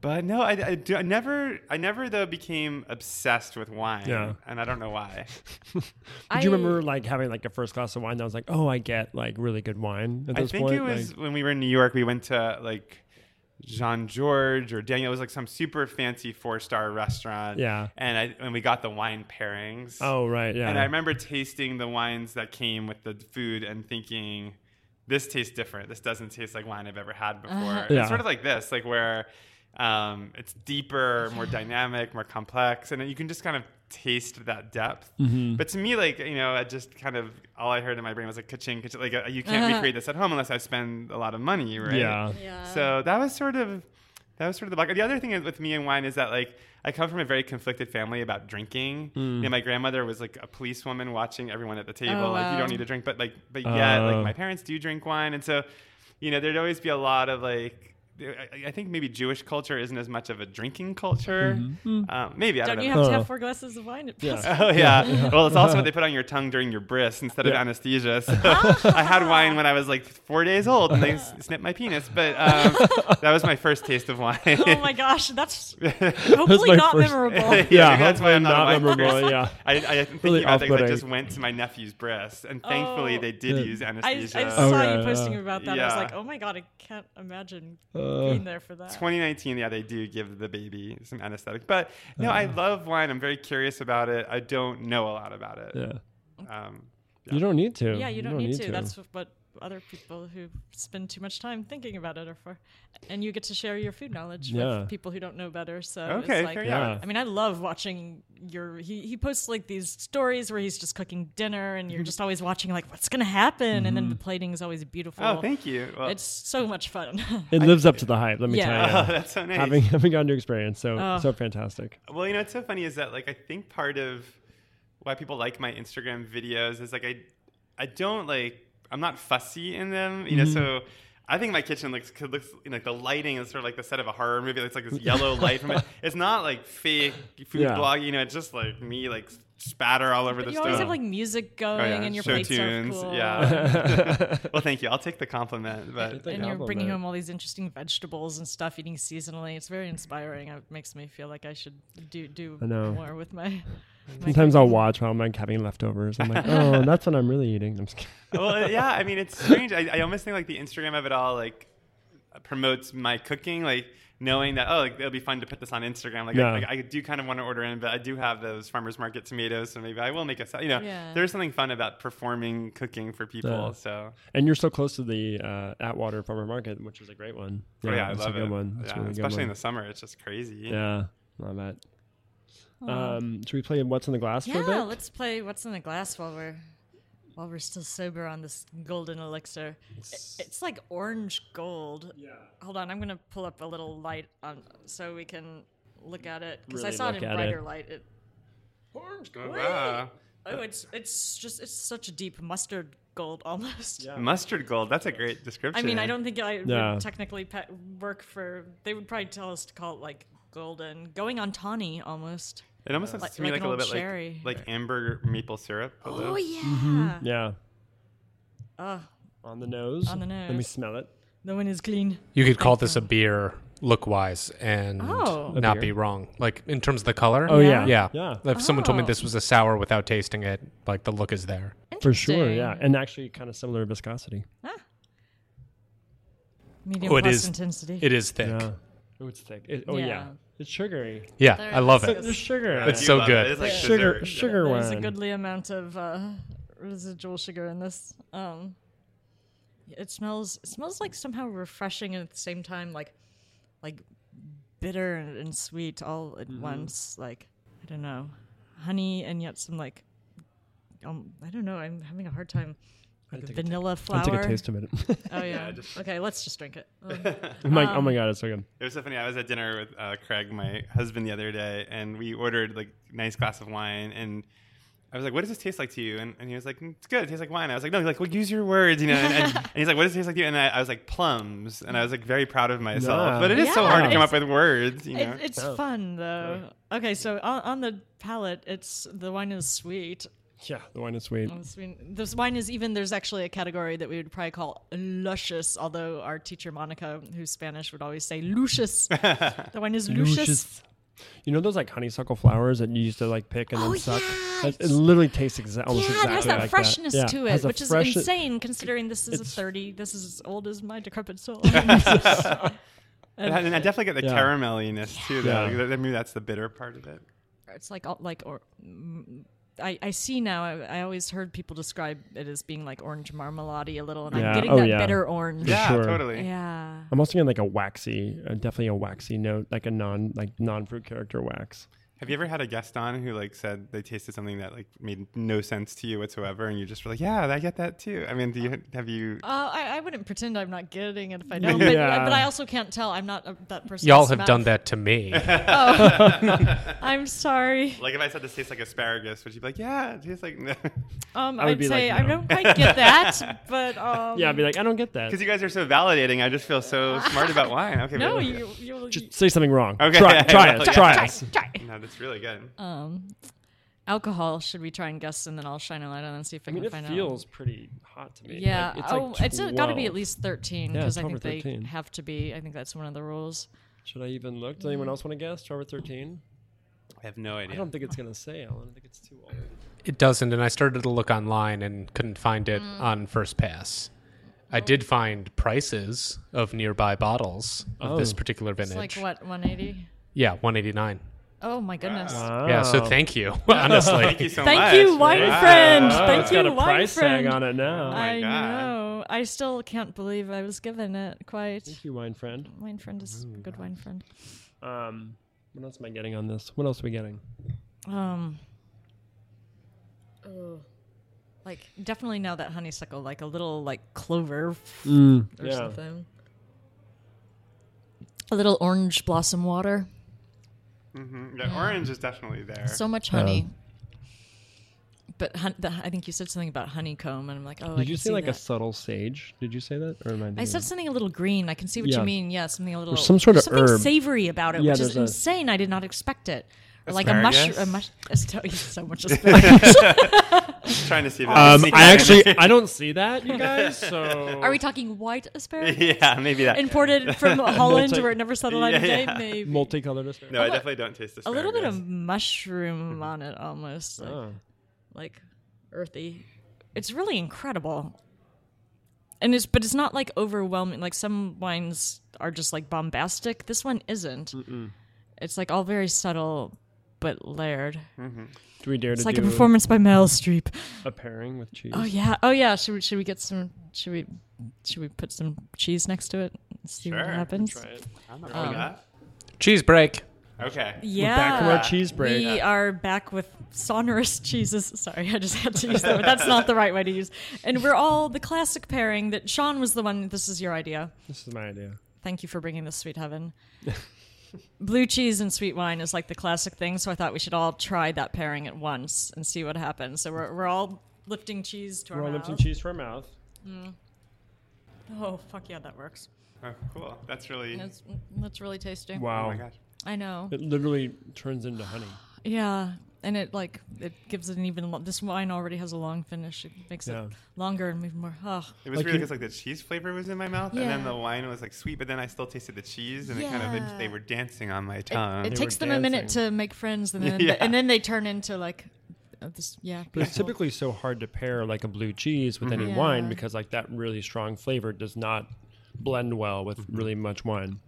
Speaker 6: but no, I, I, do, I never, I never though became obsessed with wine.
Speaker 3: Yeah.
Speaker 6: and I don't know why.
Speaker 4: I-
Speaker 3: Do you remember like having like a first glass of wine that was like, oh, I get like really good wine at
Speaker 6: I
Speaker 3: this
Speaker 6: think
Speaker 3: point?
Speaker 6: it was
Speaker 3: Like,
Speaker 6: when we were in New York, we went to like. Jean George or Daniel it was like some super fancy four star restaurant.
Speaker 3: Yeah.
Speaker 6: and I and we got the wine pairings.
Speaker 3: oh right, yeah.
Speaker 6: And I remember tasting the wines that came with the food and thinking, this tastes different. This doesn't taste like wine I've ever had before.
Speaker 3: Yeah.
Speaker 6: It's sort of like this, like where um, it's deeper, more dynamic, more complex, and then you can just kind of taste that depth.
Speaker 3: Mm-hmm.
Speaker 6: But to me, like you know, I just kind of all I heard in my brain was like ka-ching, ka-ching. Like uh, you can't recreate this at home unless I spend a lot of money, right?
Speaker 3: Yeah.
Speaker 6: So that was sort of that was sort of the block. The other thing is with me and wine is that like I come from a very conflicted family about drinking.
Speaker 3: Hmm.
Speaker 6: You know, my grandmother was like a policewoman watching everyone at the table.
Speaker 4: Oh,
Speaker 6: Like you
Speaker 4: wow.
Speaker 6: don't need to drink, but like but yeah,
Speaker 3: Oh.
Speaker 6: like my parents do drink wine, and so you know there'd always be a lot of like. I- I think maybe Jewish culture isn't as much of a drinking culture.
Speaker 3: Mm-hmm. Hmm.
Speaker 6: Um, maybe I don't,
Speaker 4: Don't
Speaker 6: know.
Speaker 4: you have to
Speaker 3: Oh.
Speaker 4: have four glasses of wine? At yeah.
Speaker 6: Oh yeah. Well, it's also what they put on your tongue during your bris instead of anesthesia. So I had wine when I was like four days old, and they s- snipped my penis. But um, that was my first taste of wine.
Speaker 4: Oh my gosh, that's hopefully
Speaker 3: my
Speaker 4: not
Speaker 3: first-
Speaker 4: memorable.
Speaker 3: Yeah,
Speaker 6: maybe that's why I'm
Speaker 3: hopefully
Speaker 6: not, a
Speaker 3: not
Speaker 6: wine
Speaker 3: memorable,
Speaker 6: person.
Speaker 3: yeah.
Speaker 6: I, I think
Speaker 3: Really
Speaker 6: about things. I
Speaker 3: off-putting.
Speaker 6: just went to my nephew's bris, and thankfully
Speaker 4: Oh.
Speaker 6: they did
Speaker 3: Yeah. Oh,
Speaker 6: use
Speaker 4: I, I
Speaker 6: anesthesia.
Speaker 4: saw
Speaker 3: Okay,
Speaker 4: you posting
Speaker 3: yeah.
Speaker 4: about that. I was
Speaker 6: Yeah.
Speaker 4: like, oh my god, I can't imagine
Speaker 3: Uh,
Speaker 4: being there for that.
Speaker 6: 2019, yeah, they do give the baby some anesthetic. But
Speaker 3: Oh,
Speaker 6: no, I love wine. I'm very curious about it. I don't know a lot about it.
Speaker 3: yeah.
Speaker 6: Um,
Speaker 3: You don't need to.
Speaker 4: Yeah, you don't, need, to. That's what other people who spend too much time thinking about it are for. And you get to share your food knowledge
Speaker 3: Yeah.
Speaker 4: with people who don't know better. So
Speaker 6: Okay,
Speaker 4: it's like,
Speaker 6: fair
Speaker 3: enough.
Speaker 4: I mean, I love watching your. He, he posts like these stories where he's just cooking dinner and you're just always watching, like, what's going to happen? And then the plating is always beautiful.
Speaker 6: oh, thank you. Well,
Speaker 4: It's so much fun.
Speaker 3: it lives up to the hype, let me
Speaker 4: Yeah. Oh.
Speaker 3: tell you.
Speaker 6: that's so nice.
Speaker 3: having having gotten to experience so so fantastic.
Speaker 6: Well, you know, it's so funny is that like I think part of why people like my Instagram videos is like I I don't like I'm not fussy in them, you know, so I think my kitchen looks could looks you know, like the lighting is sort of like the set of a horror movie. It's like this yellow light from it. It's not like fake food
Speaker 3: Yeah.
Speaker 6: blog. You know, it's just like me like spatter all over the
Speaker 4: you
Speaker 6: stuff.
Speaker 4: always have like music going
Speaker 6: uh, Oh, yeah.
Speaker 4: and your
Speaker 6: Show
Speaker 4: plates
Speaker 6: tunes.
Speaker 4: are cool.
Speaker 6: Yeah. well, thank you. I'll take the compliment, but
Speaker 4: And you're bringing
Speaker 3: Compliment.
Speaker 4: home all these interesting vegetables and stuff, eating seasonally. It's very inspiring. It makes me feel like I should do do
Speaker 3: I know.
Speaker 4: more with my. my
Speaker 3: Sometimes I'll
Speaker 4: cooking.
Speaker 3: watch while I'm like having leftovers. I'm like, oh, that's what I'm really eating. I'm just kidding.
Speaker 6: well, uh, yeah. I mean, it's strange. I, I almost think like the Instagram of it all like promotes my cooking, like knowing that oh, like, it'll be fun to put this on Instagram. Like,
Speaker 3: Yeah.
Speaker 6: I, like I do kind of want to order in, but I do have those farmers market tomatoes, so maybe I will make a. sa- You know,
Speaker 4: Yeah.
Speaker 6: there's something fun about performing cooking for people.
Speaker 3: Yeah.
Speaker 6: So
Speaker 3: And you're so close to the uh, Atwater Farmer Market, which is a great one.
Speaker 6: Oh, yeah, I
Speaker 3: it's
Speaker 6: love
Speaker 3: a good
Speaker 6: it.
Speaker 3: one. It's
Speaker 6: Yeah,
Speaker 3: a really
Speaker 6: especially
Speaker 3: good
Speaker 6: in the
Speaker 3: one.
Speaker 6: summer, it's just crazy.
Speaker 3: yeah, love that. Um, should we play What's in the Glass for a
Speaker 4: Yeah,
Speaker 3: bit?
Speaker 4: let's play What's in the Glass while we're while we're still sober on this golden elixir. I- It's like orange gold. Yeah. Hold on, I'm gonna pull up a little light on so we can look at it because I
Speaker 3: Really
Speaker 4: saw it
Speaker 3: look
Speaker 4: in
Speaker 3: at
Speaker 4: brighter
Speaker 3: it.
Speaker 4: light. It,
Speaker 6: Oh, wow.
Speaker 4: oh, it's it's just it's such a deep mustard gold almost.
Speaker 6: Mustard gold. That's a great
Speaker 4: I
Speaker 6: description.
Speaker 4: mean, I don't think I
Speaker 3: Yeah.
Speaker 4: would technically pe- work for. They would probably tell us to call it like golden, going on tawny almost.
Speaker 6: It almost looks
Speaker 4: Like-
Speaker 6: to me
Speaker 4: like
Speaker 6: like,
Speaker 4: an
Speaker 6: a
Speaker 4: old
Speaker 6: little bit
Speaker 4: sherry.
Speaker 6: like like amber maple syrup. a little.
Speaker 4: yeah.
Speaker 3: Yeah.
Speaker 4: Ah,
Speaker 3: On the nose.
Speaker 4: On the
Speaker 3: Let me
Speaker 4: nose.
Speaker 3: smell it.
Speaker 4: no one is clean.
Speaker 5: You could call this a beer look wise and
Speaker 4: Oh. A
Speaker 5: not
Speaker 3: beer.
Speaker 5: be wrong. Like in terms of the color.
Speaker 3: Oh,
Speaker 4: Yeah.
Speaker 3: yeah.
Speaker 5: Yeah.
Speaker 3: Yeah.
Speaker 5: If someone told me
Speaker 4: Oh.
Speaker 5: this was a sour without tasting it, like the look is there.
Speaker 3: For sure. Yeah.
Speaker 4: Interesting.
Speaker 3: And actually, kind of similar viscosity.
Speaker 4: Medium
Speaker 5: Oh, it
Speaker 4: plus
Speaker 5: is-
Speaker 4: intensity.
Speaker 5: It is thick.
Speaker 3: Yeah. Oh, it's thick. It, oh, yeah.
Speaker 4: Yeah.
Speaker 3: It's sugary.
Speaker 5: Yeah, I love
Speaker 4: There
Speaker 5: it.
Speaker 4: is-
Speaker 3: There's sugar. in
Speaker 6: I
Speaker 5: It's
Speaker 6: do
Speaker 3: it.
Speaker 5: so
Speaker 6: love
Speaker 5: good.
Speaker 6: It. It's like
Speaker 3: sugar,
Speaker 6: dessert.
Speaker 3: sugar
Speaker 4: There's a
Speaker 3: one.
Speaker 4: goodly amount of uh, residual sugar in this. Um, it smells. It smells like somehow refreshing and at the same time like, like bitter and, and sweet all
Speaker 3: Mm-hmm.
Speaker 4: at once. Like I don't know, honey and yet some like, um, I don't know. I'm having a hard time. Like
Speaker 3: take a
Speaker 4: vanilla
Speaker 3: I'll
Speaker 4: flower.
Speaker 3: take a taste of it.
Speaker 4: Oh yeah. Okay, let's just drink it. Um,
Speaker 3: I'm like, oh my God, it's so good.
Speaker 6: It was so funny. I was at dinner with uh, Craig, my husband, the other day, and we ordered like nice glass of wine. And I was like, "What does this taste like to you?" And, and he was like, "Mm, "It's good. It tastes like wine." I was like, "No, like well, use your words, you know." And, and, and he's like, "What does it taste like to you?" And I, I was like, "Plums." And I was like, very proud of myself.
Speaker 3: Yeah.
Speaker 6: But it is so hard to
Speaker 4: Yeah.
Speaker 6: come up with words, you know.
Speaker 4: It, it's
Speaker 3: Oh.
Speaker 4: fun though. Okay, so on, on the palate, it's the wine is sweet.
Speaker 3: Yeah. The wine is sweet.
Speaker 4: This wine- This wine is even there's actually a category that we would probably call luscious, although our teacher Monica, who's Spanish, would always say lucius. the wine is lucious.
Speaker 3: You know those like honeysuckle flowers that you used to like pick and then suck? That- it literally tastes exa- almost
Speaker 4: Oh, Yeah,
Speaker 3: exactly
Speaker 4: it has that
Speaker 3: like
Speaker 4: freshness
Speaker 3: Yeah,
Speaker 4: to
Speaker 3: has
Speaker 4: it,
Speaker 3: a
Speaker 4: which is
Speaker 3: fresh-
Speaker 4: insane considering this is a 30. This is as old as my decrepit soul.
Speaker 6: And I, and I definitely get the
Speaker 3: Yeah.
Speaker 6: carameliness too. Though.
Speaker 3: Yeah.
Speaker 6: Like, maybe that's the bitter part of it.
Speaker 4: it's like all- like or mm, I, I see now. I, I always heard people describe it as being like orange marmalade a little, and
Speaker 3: Yeah.
Speaker 4: I'm getting
Speaker 3: Oh,
Speaker 4: that
Speaker 3: yeah.
Speaker 4: bitter orange.
Speaker 6: Yeah,
Speaker 3: sure.
Speaker 6: totally.
Speaker 4: Yeah.
Speaker 3: I'm also getting like a waxy, uh, definitely a waxy note, like a non like non fruit character wax.
Speaker 6: Have you ever had a guest on who like said they tasted something that like made no sense to you whatsoever, and you just were like, "Yeah, I get that too." I mean, do you have you?
Speaker 4: Uh, I, I wouldn't pretend I'm not getting it if I don't. But,
Speaker 3: Yeah.
Speaker 4: but I also can't tell. I'm not a, that person.
Speaker 5: Y'all
Speaker 4: to
Speaker 5: have
Speaker 4: smell.
Speaker 5: done that to me.
Speaker 4: I'm sorry.
Speaker 6: Like if I said this tastes like asparagus, would you be like, "Yeah, it tastes like"? Because
Speaker 4: Um,
Speaker 3: would
Speaker 4: I'd
Speaker 3: be
Speaker 4: say
Speaker 3: like,
Speaker 4: I
Speaker 3: no.
Speaker 4: don't quite get that, but um,
Speaker 3: Yeah, I'd be like, I don't get that.
Speaker 6: you guys are so validating. I just feel so smart about wine. Okay,
Speaker 4: no,
Speaker 6: but-
Speaker 4: you you
Speaker 3: Just say something wrong.
Speaker 6: Okay.
Speaker 3: Try, try it.
Speaker 6: Yeah.
Speaker 3: Try it.
Speaker 6: No, that's really good.
Speaker 4: Uh, alcohol. Should we try and guess, and then I'll shine a light on and see if I,
Speaker 3: I mean,
Speaker 4: can
Speaker 3: it
Speaker 4: find out.
Speaker 3: feels pretty hot to me.
Speaker 4: Yeah.
Speaker 3: Like, it's
Speaker 4: oh,
Speaker 3: like
Speaker 4: it's got to be
Speaker 3: 12.
Speaker 4: at least 13
Speaker 3: Yeah,
Speaker 4: because I
Speaker 3: 12 or
Speaker 4: think they
Speaker 3: 13.
Speaker 4: have to be. I think that's one of the rules.
Speaker 3: Should I even look? Does anyone else want to guess? Twelve or thirteen?
Speaker 6: I have no
Speaker 3: I
Speaker 6: idea.
Speaker 3: don't think it's gonna say. Ellen. I think it's too old.
Speaker 5: It doesn't, and I started to look online and couldn't find it
Speaker 4: Mm.
Speaker 5: on first pass. I did find prices of nearby bottles of this
Speaker 3: Oh.
Speaker 5: particular
Speaker 4: It's
Speaker 5: vintage.
Speaker 4: like what 180.
Speaker 5: Yeah, 189.
Speaker 4: Oh my goodness.
Speaker 5: Yeah, so
Speaker 3: Wow.
Speaker 5: thank you, honestly.
Speaker 6: Thank you so much.
Speaker 4: Thank you, wine
Speaker 6: Wow.
Speaker 4: friend.
Speaker 3: Oh,
Speaker 4: Thank
Speaker 3: it's Oh
Speaker 4: you,
Speaker 3: got a
Speaker 4: wine
Speaker 3: price
Speaker 4: friend.
Speaker 3: tag on it now.
Speaker 6: my
Speaker 4: I
Speaker 6: God.
Speaker 4: know. I still can't believe I was given it quite.
Speaker 3: Thank you, wine friend.
Speaker 4: Wine friend is a good wine friend.
Speaker 3: Um, what else am I getting on this? What else are we getting?
Speaker 4: Um. Oh. Like definitely now that honeysuckle, like a little like clover
Speaker 6: Mm.
Speaker 4: or
Speaker 3: yeah.
Speaker 4: something. A little orange blossom water.
Speaker 6: Mhm. The orange is definitely there.
Speaker 4: So much honey. But hun- the, I think you said something about honeycomb, and I'm like, oh, I
Speaker 3: Did you
Speaker 4: can
Speaker 3: say like a
Speaker 4: that.
Speaker 3: subtle sage? Did you say that, or am I?
Speaker 4: I
Speaker 3: doing
Speaker 4: said
Speaker 3: that?
Speaker 4: something a little green. I can see what
Speaker 3: Yeah.
Speaker 4: you mean. Yeah, something a little
Speaker 3: some sort of
Speaker 4: something
Speaker 3: herb.
Speaker 4: savory about it,
Speaker 3: Yeah,
Speaker 4: which is
Speaker 3: there's a-
Speaker 4: insane. I did not expect it. Or like a mushroom, a
Speaker 6: Asparagus?
Speaker 4: mush, asto- so much asparagus.
Speaker 6: Just trying to see if it
Speaker 3: Um,
Speaker 6: sneak
Speaker 3: I
Speaker 6: in.
Speaker 3: actually I don't see that, you guys. So
Speaker 4: Are we talking white asparagus
Speaker 6: yeah, maybe that.
Speaker 4: imported from Holland,
Speaker 3: Multi-
Speaker 4: where it never settled on
Speaker 6: Yeah,
Speaker 4: a day?
Speaker 6: yeah.
Speaker 4: Maybe
Speaker 3: multicolored?
Speaker 6: no, I definitely don't taste
Speaker 4: a
Speaker 6: asparagus. Mm-hmm.
Speaker 4: little bit of mushroom on it, almost like,
Speaker 3: Oh.
Speaker 4: like earthy. It's really incredible, and it's but it's not like overwhelming. Like some wines are just like bombastic. This one isn't. It's like all very subtle but layered.
Speaker 3: Do we dare
Speaker 4: It's
Speaker 3: to
Speaker 4: like a
Speaker 3: do
Speaker 4: performance by Meryl Streep.
Speaker 3: a pairing with cheese?
Speaker 4: Oh yeah, oh yeah. Should we should we get some? Should we should we put some cheese next to it? And see what
Speaker 6: Sure.
Speaker 4: happens. Um,
Speaker 6: I'm not doing that.
Speaker 5: Cheese break.
Speaker 6: Okay.
Speaker 4: Yeah.
Speaker 3: Back from our cheese break.
Speaker 4: We are back with sonorous cheeses. Sorry, I just had to use that, but that's not the right way to use. And we're all the classic pairing that Sean was the one. This is your idea.
Speaker 3: This is my idea.
Speaker 4: Thank you for bringing this, sweet heaven. Blue cheese and sweet wine is like the classic thing, so I thought we should all try that pairing at once and see what happens. So we're, we're all lifting cheese to our
Speaker 3: Roll up
Speaker 4: mouth.
Speaker 3: some cheese for our mouth.
Speaker 4: Oh fuck yeah, that works.
Speaker 6: Oh, cool. That's really.
Speaker 4: That's, that's really tasty.
Speaker 6: Oh
Speaker 3: Wow,
Speaker 6: my gosh.
Speaker 4: I know.
Speaker 3: it literally turns into honey.
Speaker 4: Yeah, and it like it gives it an even. Lo- this wine already has a long finish. It makes
Speaker 3: Yeah.
Speaker 4: it longer and even more. Oh,
Speaker 6: It was
Speaker 3: Like
Speaker 6: weird
Speaker 3: you-
Speaker 6: because like the cheese flavor was in my mouth, and then
Speaker 4: Yeah.
Speaker 6: the wine was like sweet, but then I still tasted the cheese, and it kind of
Speaker 4: Yeah.
Speaker 6: they, they were dancing on my
Speaker 4: it,
Speaker 6: tongue.
Speaker 4: it
Speaker 3: They
Speaker 4: takes
Speaker 3: were
Speaker 4: them a minute
Speaker 3: dancing.
Speaker 4: to make friends, and then
Speaker 6: Yeah.
Speaker 4: and then they turn into like uh, this.
Speaker 3: But
Speaker 4: Yeah,
Speaker 3: it's
Speaker 4: beautiful.
Speaker 3: typically so hard to pair like a blue cheese with any
Speaker 4: Mhm.
Speaker 3: wine
Speaker 4: Yeah.
Speaker 3: because like that really strong flavor does not blend well with
Speaker 6: Mm-hmm.
Speaker 3: really much wine.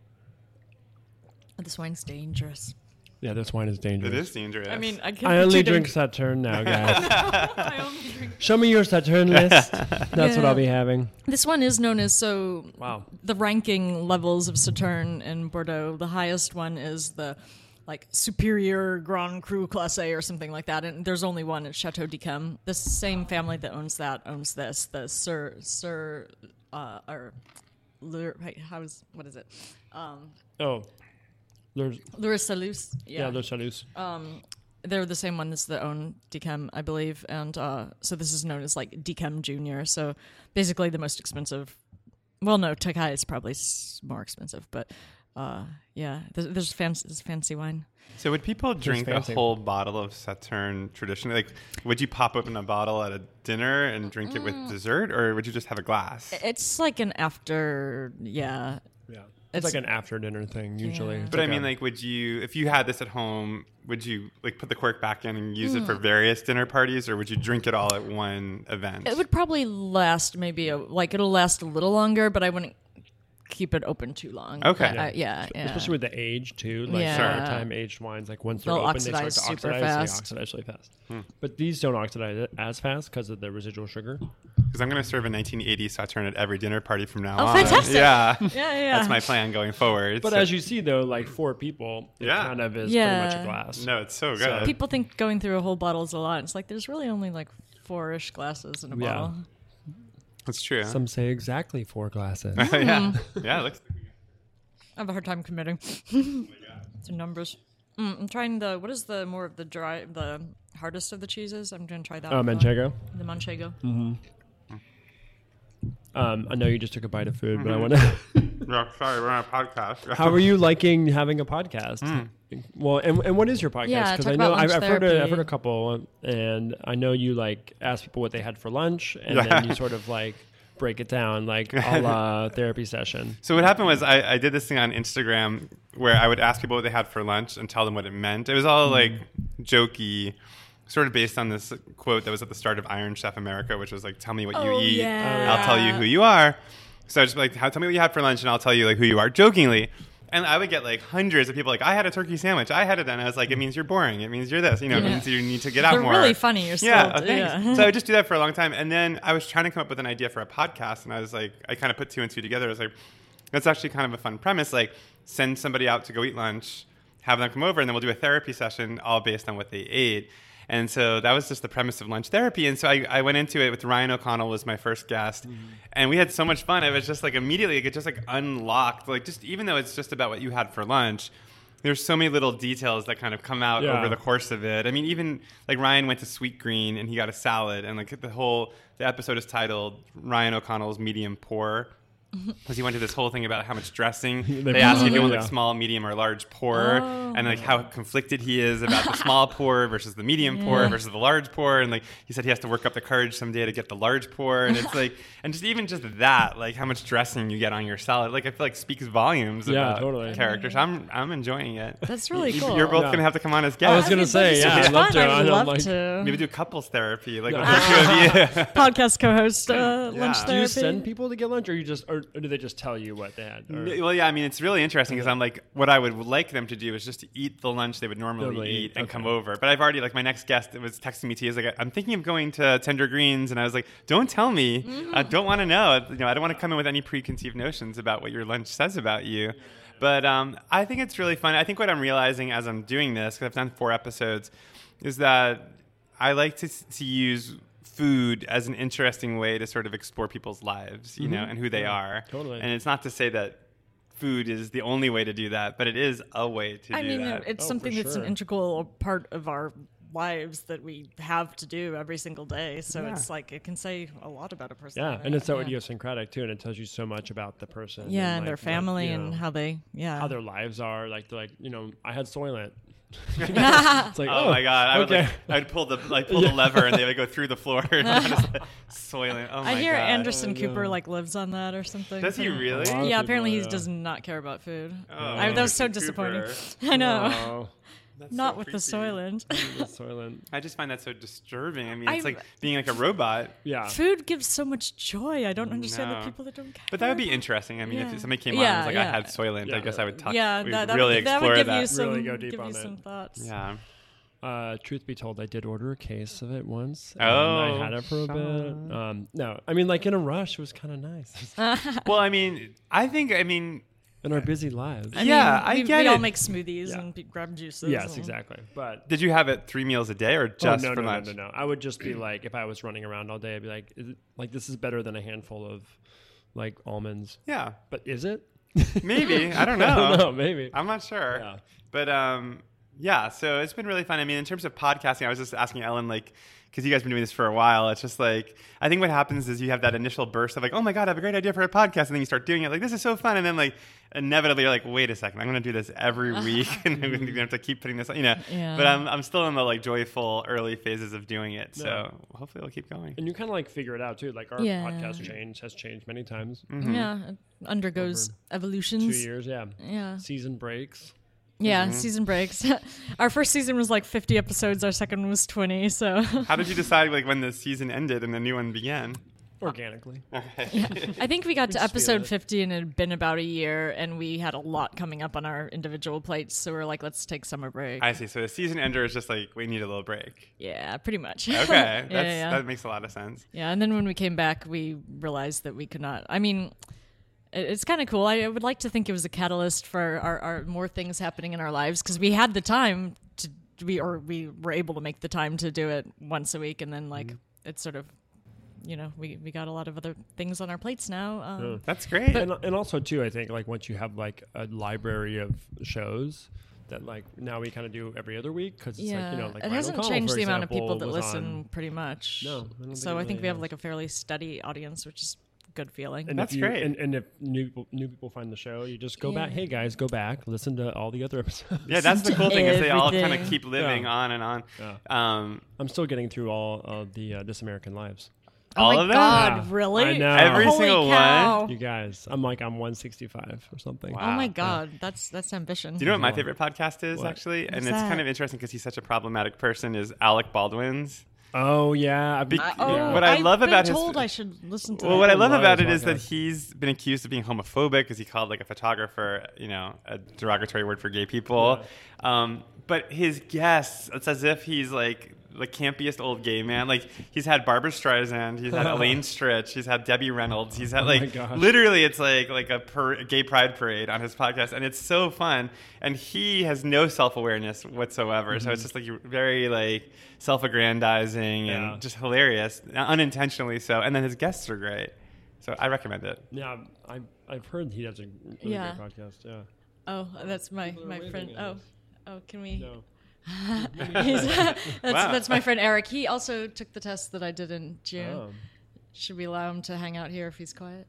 Speaker 4: this wine's dangerous.
Speaker 3: Yeah, this wine is dangerous.
Speaker 6: it is dangerous.
Speaker 4: I mean, I can't.
Speaker 3: I only drink Saturn now, guys.
Speaker 4: I only drink.
Speaker 3: Show me your Saturn list. That's what I'll be having.
Speaker 4: This one is known as so
Speaker 3: Wow.
Speaker 4: the ranking levels of Saturn in Bordeaux. The highest one is the like Superior Grand Cru Classé or something like that, and there's only one at Chateau d'Yquem. The same family that owns that owns this. The Sir Sir uh, or Lure, right, how's what is it? Um,
Speaker 3: Oh, there's
Speaker 4: Lure Salus.
Speaker 3: yeah, there's Chalouse.
Speaker 4: Uh, they're the same one as the own dechem i believe and uh, so this is known as like dechem junior so basically the most expensive well no takai is probably s- more expensive but uh, yeah there's, there's fancy, there's fancy wine
Speaker 6: so would people drink a
Speaker 3: fancy.
Speaker 6: whole bottle of Saturn traditionally? Like, would you pop open a bottle at a dinner and drink it with dessert, or would you just have a glass?
Speaker 4: Mm. it's like an after yeah
Speaker 3: yeah,
Speaker 4: it's-
Speaker 3: it's, like an after dinner thing usually.
Speaker 4: Yeah.
Speaker 3: It's
Speaker 6: But I
Speaker 3: like
Speaker 6: mean,
Speaker 3: a-
Speaker 6: like, would you, if you had this at home, would you like put the cork back in and use it
Speaker 4: Mm.
Speaker 6: for various dinner parties, or would you drink it all at one event?
Speaker 4: it would probably last maybe a, like it'll last a little longer but i wouldn't keep it open too long
Speaker 6: Okay.
Speaker 4: I- I- yeah, yeah.
Speaker 3: especially with the age too, like
Speaker 4: Yeah.
Speaker 3: certain time aged wines, like once they're
Speaker 4: They'll
Speaker 3: open, they start
Speaker 4: oxidize
Speaker 3: to
Speaker 4: super
Speaker 3: oxidize. They
Speaker 4: fast.
Speaker 3: oxidize really fast.
Speaker 6: Hmm.
Speaker 3: But these don't oxidize it as fast because of the residual sugar.
Speaker 6: Because I'm going to serve a 1980 Saturn at every dinner party from now
Speaker 4: Oh,
Speaker 6: on.
Speaker 4: fantastic.
Speaker 6: Yeah.
Speaker 4: yeah, yeah.
Speaker 6: That's my plan going forward.
Speaker 3: But as you see, though, like four people, it
Speaker 6: Yeah.
Speaker 3: kind of is
Speaker 4: Yeah.
Speaker 3: pretty much a glass.
Speaker 6: no, it's so good.
Speaker 3: So-
Speaker 4: people think going through a whole bottle is a lot. It's like there's really only like four-ish glasses in a
Speaker 3: Yeah.
Speaker 4: bottle.
Speaker 6: That's true.
Speaker 3: Some say exactly four glasses.
Speaker 6: yeah. Yeah. It looks.
Speaker 4: I have a hard time committing to numbers. Mm, I'm trying the what is the more of the dry, the hardest of the cheeses? I'm gonna try
Speaker 6: Uh,
Speaker 4: that.
Speaker 3: Oh,
Speaker 4: one.
Speaker 3: manchego.
Speaker 4: The manchego.
Speaker 3: Mm. Um, I know you just took a bite of food,
Speaker 6: Mm-hmm.
Speaker 3: but I want to.
Speaker 6: Yeah, sorry, we're on a podcast.
Speaker 3: How are you liking having a podcast? Well, and, and what is your podcast?
Speaker 4: Yeah, talk
Speaker 3: I know
Speaker 4: about
Speaker 3: I've,
Speaker 4: lunch
Speaker 3: I've heard a, I've
Speaker 4: therapy.
Speaker 3: heard a couple, and I know you like ask people what they had for lunch, and then you sort of like break it down, like a la therapy session.
Speaker 6: So what happened was I, I did this thing on Instagram where I would ask people what they had for lunch and tell them what it meant. It was all like jokey, sort of based on this quote that was at the start of Iron Chef America, which was like, "Tell me what you
Speaker 4: Oh,
Speaker 6: eat,
Speaker 4: yeah.
Speaker 6: I'll tell you who you are." So I just like, "How- "Tell me what you had for lunch, and I'll tell you like who you are," jokingly. And I would get like hundreds of people like, "I had a turkey sandwich. I had it," and I was like, "It means you're boring. It means you're this. You know, it
Speaker 4: Yeah.
Speaker 6: means you need to get out
Speaker 4: They're
Speaker 6: more."
Speaker 4: really funny. You're
Speaker 6: Yeah,
Speaker 4: still,
Speaker 6: oh, thanks.
Speaker 4: yeah.
Speaker 6: So I would just do that for a long time, and then I was trying to come up with an idea for a podcast, and I was like, I kind of put two and two together. I was like, that's actually kind of a fun premise. Like, send somebody out to go eat lunch, have them come over, and then we'll do a therapy session, all based on what they ate. And so that was just the premise of lunch therapy. And so I, I went into it with Ryan O'Connell was my first guest, and we had so much fun. It was just like immediately it just like unlocked, like just even though it's just about what you had for lunch there's so many little details that kind of come out
Speaker 3: Yeah.
Speaker 6: over the course of it. I mean, even like Ryan went to Sweet Green and he got a salad, and like the whole the episode is titled Ryan O'Connell's Medium Pour. Because he went to this whole thing about how much dressing they, ask you if you want like
Speaker 3: yeah.
Speaker 6: small, medium, or large pour,
Speaker 4: Oh.
Speaker 6: and like how conflicted he is about the small pour versus the medium pour versus the large pour, and like he said he has to work up the courage someday to get the large pour, and it's like, and just even just that, like how much dressing you get on your salad, like I feel like speaks volumes
Speaker 3: Yeah,
Speaker 6: about
Speaker 3: totally.
Speaker 6: characters. I'm I'm enjoying it.
Speaker 4: That's really
Speaker 6: You-
Speaker 4: cool.
Speaker 6: You're both
Speaker 3: Yeah.
Speaker 6: gonna have to come on as guests.
Speaker 3: I was gonna say,
Speaker 4: That'd be
Speaker 3: yeah, I'd love
Speaker 4: fun.
Speaker 3: to.
Speaker 4: I would
Speaker 3: I'd
Speaker 4: love
Speaker 3: like-
Speaker 4: to.
Speaker 6: Maybe do couples therapy, like with the two of you.
Speaker 4: podcast co-host uh,
Speaker 6: Yeah.
Speaker 4: lunch
Speaker 3: Do
Speaker 6: Do
Speaker 4: therapy.
Speaker 3: you send people to get lunch, or you just, or, or do they just tell you what they had? Or-
Speaker 6: N- Well, yeah, I mean, it's really interesting because I'm like, what I would like them to do is just to eat the lunch they would normally
Speaker 3: Normally
Speaker 6: eat
Speaker 3: eat,
Speaker 6: and
Speaker 3: okay.
Speaker 6: come over. But I've already, like, my next guest was texting me, too. He's like, I'm thinking of going to Tender Greens. And I was like, don't tell me. I don't want to know. You know, I don't want to come in with any preconceived notions about what your lunch says about you. But um, I think it's really fun. I think what I'm realizing as I'm doing this, because I've done four episodes, is that I like to, s- to use food as an interesting way to sort of explore people's lives, you know, and who they are.
Speaker 3: Mm-hmm. totally.
Speaker 6: And it's not to say that food is the only way to do that, but it is a way to
Speaker 4: I
Speaker 6: do
Speaker 4: mean,
Speaker 6: that.
Speaker 4: it's
Speaker 3: Oh, for
Speaker 4: something that's
Speaker 3: sure.
Speaker 4: an integral part of our lives that we have to do every single day. So it's like it can say a lot about a person.
Speaker 3: yeah,
Speaker 4: I
Speaker 3: and
Speaker 4: think.
Speaker 3: it's so
Speaker 4: yeah.
Speaker 3: idiosyncratic too, and it tells you so much about the person.
Speaker 4: Yeah, and,
Speaker 3: like,
Speaker 4: their
Speaker 3: what,
Speaker 4: family
Speaker 3: you
Speaker 4: and
Speaker 3: know,
Speaker 4: how they yeah
Speaker 3: how their lives are. Like, they're like, you know, I had Soylent. it's like,
Speaker 6: Oh, my god! I would
Speaker 3: okay.
Speaker 6: like, I'd pull the like pull the lever, and they would go through the floor. and just, like, soiling. Oh my
Speaker 4: I hear
Speaker 3: uh,
Speaker 6: god!
Speaker 4: Anderson Cooper like lives on that or something.
Speaker 6: Does he really?
Speaker 3: Wow.
Speaker 4: Yeah,
Speaker 3: People,
Speaker 4: apparently he
Speaker 3: yeah.
Speaker 4: does not care about food.
Speaker 6: Oh,
Speaker 4: I, that was so
Speaker 6: Anderson
Speaker 4: disappointing.
Speaker 6: Cooper.
Speaker 4: I know.
Speaker 3: Oh,
Speaker 6: That's so
Speaker 4: not with
Speaker 6: creepy.
Speaker 4: the Soylent.
Speaker 3: Soylent.
Speaker 6: I just find that so disturbing. I mean, it's
Speaker 4: I'm-
Speaker 6: like being like a robot.
Speaker 3: Yeah.
Speaker 4: food gives so much joy. I don't understand
Speaker 6: No.
Speaker 4: the people that don't care.
Speaker 6: But that would be interesting. I mean,
Speaker 4: Yeah.
Speaker 6: if somebody came on and
Speaker 4: Yeah,
Speaker 6: was like, "I
Speaker 4: yeah.
Speaker 6: had Soylent," I
Speaker 3: Yeah.
Speaker 6: guess I would talk.
Speaker 4: yeah,
Speaker 6: we'd
Speaker 4: that, that
Speaker 6: really
Speaker 4: would, that
Speaker 6: explore
Speaker 4: would
Speaker 6: that.
Speaker 4: give you some
Speaker 3: Really go deep
Speaker 4: give
Speaker 3: on
Speaker 4: you
Speaker 3: it.
Speaker 4: some thoughts.
Speaker 6: yeah.
Speaker 3: Uh, truth be told, I did order a case of it once. and
Speaker 6: Oh,
Speaker 3: I had it for a bit. Um, no, I mean, like in a rush, it was kind of nice.
Speaker 6: Well, I mean, I think I mean,
Speaker 3: in our busy lives.
Speaker 4: I
Speaker 6: yeah,
Speaker 4: mean,
Speaker 6: I
Speaker 4: we,
Speaker 6: get
Speaker 4: we
Speaker 6: it.
Speaker 4: all make smoothies
Speaker 3: Yeah.
Speaker 4: and pe- grab juices.
Speaker 3: Yes,
Speaker 4: and-
Speaker 3: exactly. But
Speaker 6: Did you have it three meals a day or
Speaker 3: Oh,
Speaker 6: just
Speaker 3: no,
Speaker 6: for
Speaker 3: no,
Speaker 6: lunch?
Speaker 3: no, no, no. I would just be like, if I was running around all day, I'd be like, is it, like this is better than a handful of like almonds.
Speaker 6: Yeah,
Speaker 3: But is it?
Speaker 6: maybe. I don't know.
Speaker 3: I don't know. Maybe.
Speaker 6: I'm not sure.
Speaker 3: Yeah.
Speaker 6: But um, yeah. So it's been really fun. I mean, in terms of podcasting, I was just asking Ellen, like, because you guys have been doing this for a while. It's just like I think what happens is you have that initial burst of like, oh my god, I have a great idea for a podcast, and then you start doing it. Like this is so fun, and then like inevitably you're like, wait a second, I'm going to do this every week, and I'm going to have to keep putting this, you know.
Speaker 4: Yeah.
Speaker 6: But I'm I'm still in the like joyful early phases of doing it. So hopefully it'll keep going.
Speaker 3: And you kind of like figure it out too. Like our
Speaker 4: Yeah.
Speaker 3: podcast change has changed many times.
Speaker 6: Mm-hmm.
Speaker 4: Yeah, it undergoes
Speaker 3: Two
Speaker 4: evolutions.
Speaker 3: years, yeah.
Speaker 4: Yeah,
Speaker 3: Season breaks.
Speaker 4: yeah.
Speaker 6: Mm-hmm.
Speaker 4: Season breaks. Our first season was like 50 episodes. Our second was 20. So
Speaker 6: How did you decide like when the season ended and the new one began?
Speaker 3: Organically.
Speaker 4: I think we got to
Speaker 3: Just feel
Speaker 4: episode
Speaker 3: it.
Speaker 4: 50 and it had been about a year, and we had a lot coming up on our individual plates. So we are like, let's take summer break.
Speaker 6: I see. So the season ender is just like we need a little break.
Speaker 4: yeah, pretty much.
Speaker 6: Okay,
Speaker 4: yeah,
Speaker 6: that's,
Speaker 4: yeah.
Speaker 6: that makes a lot of sense.
Speaker 4: Yeah, and then when we came back, we realized that we could not. I mean, it- it's kind of cool. I I would like to think it was a catalyst for our, our more things happening in our lives because we had the time to we or we were able to make the time to do it once a week, and then like
Speaker 6: Mm-hmm.
Speaker 4: it's sort of, you know, we we got a lot of other things on our plates now. Um,
Speaker 6: That's great.
Speaker 3: and, and also too, I think like once you have like a library of shows that like now we kind of do every other week because it's
Speaker 4: Yeah,
Speaker 3: like you know like
Speaker 4: it
Speaker 3: Ryan
Speaker 4: hasn't
Speaker 3: O'Connell,
Speaker 4: changed
Speaker 3: for
Speaker 4: the amount of
Speaker 3: example,
Speaker 4: people that
Speaker 3: was
Speaker 4: listen,
Speaker 3: on-
Speaker 4: pretty much.
Speaker 3: No, I don't think
Speaker 4: so
Speaker 3: it
Speaker 4: I think
Speaker 3: really
Speaker 4: we have
Speaker 3: has.
Speaker 4: like a fairly steady audience, which is good feeling.
Speaker 3: And
Speaker 6: That's
Speaker 3: if you,
Speaker 6: great.
Speaker 3: And, and if new people, new people find the show, you just go back.
Speaker 4: Yeah.
Speaker 3: Hey guys, go back. Listen to all the other episodes.
Speaker 6: yeah, that's the cool thing is they all kind of
Speaker 4: everything.
Speaker 6: keep living
Speaker 3: Yeah.
Speaker 6: on and on.
Speaker 3: Yeah.
Speaker 6: Um,
Speaker 3: I'm still getting through all of the uh, This American Lives.
Speaker 6: all
Speaker 4: oh my
Speaker 6: of them.
Speaker 4: God,
Speaker 3: Yeah.
Speaker 4: really?
Speaker 3: I know.
Speaker 6: Every
Speaker 4: Holy
Speaker 6: single
Speaker 4: cow.
Speaker 6: one.
Speaker 3: You guys, I'm like I'm 165 or something.
Speaker 4: Oh
Speaker 6: Wow.
Speaker 4: my god, that's that's ambition.
Speaker 6: Do you know what my favorite podcast is
Speaker 3: What?
Speaker 6: actually? and
Speaker 4: What's
Speaker 6: it's kind
Speaker 4: that?
Speaker 6: of interesting because he's such a problematic person. Is Alec Baldwin's?
Speaker 3: Oh yeah. I've been-
Speaker 6: I-
Speaker 4: oh,
Speaker 3: yeah.
Speaker 6: what I
Speaker 4: I've
Speaker 6: love
Speaker 4: been
Speaker 6: about his-
Speaker 4: told I should listen to.
Speaker 6: Well,
Speaker 4: that.
Speaker 6: what I
Speaker 3: I
Speaker 6: love
Speaker 3: love
Speaker 6: about
Speaker 3: his
Speaker 6: it is that
Speaker 3: podcast.
Speaker 6: he's been accused of being homophobic because he called like a photographer, you know, a derogatory word for gay people. Um, but his guests, it's as if he's like the campiest old gay man. Like he's had Barbara Streisand, he's had Elaine Stritch, he's had Debbie Reynolds, he's
Speaker 4: Oh
Speaker 6: had
Speaker 3: my
Speaker 6: like
Speaker 3: gosh.
Speaker 6: literally it's like like a, per- a gay pride parade on his podcast, and it's so fun. And he has no self awareness whatsoever, so
Speaker 3: Mm-hmm.
Speaker 6: it's just like very like self aggrandizing
Speaker 3: Yeah.
Speaker 6: and just hilarious, uh, unintentionally so. And then his guests are great. So I recommend it.
Speaker 3: yeah. I I've heard he does a really
Speaker 4: Yeah.
Speaker 3: great podcast. Yeah.
Speaker 4: Oh, that's my my friend. Oh, oh, can we?
Speaker 3: No.
Speaker 4: He's- that's
Speaker 6: Wow.
Speaker 4: that's my friend Eric. He also took the test that I did in June.
Speaker 3: Oh,
Speaker 4: Should we allow him to hang out here if he's quiet?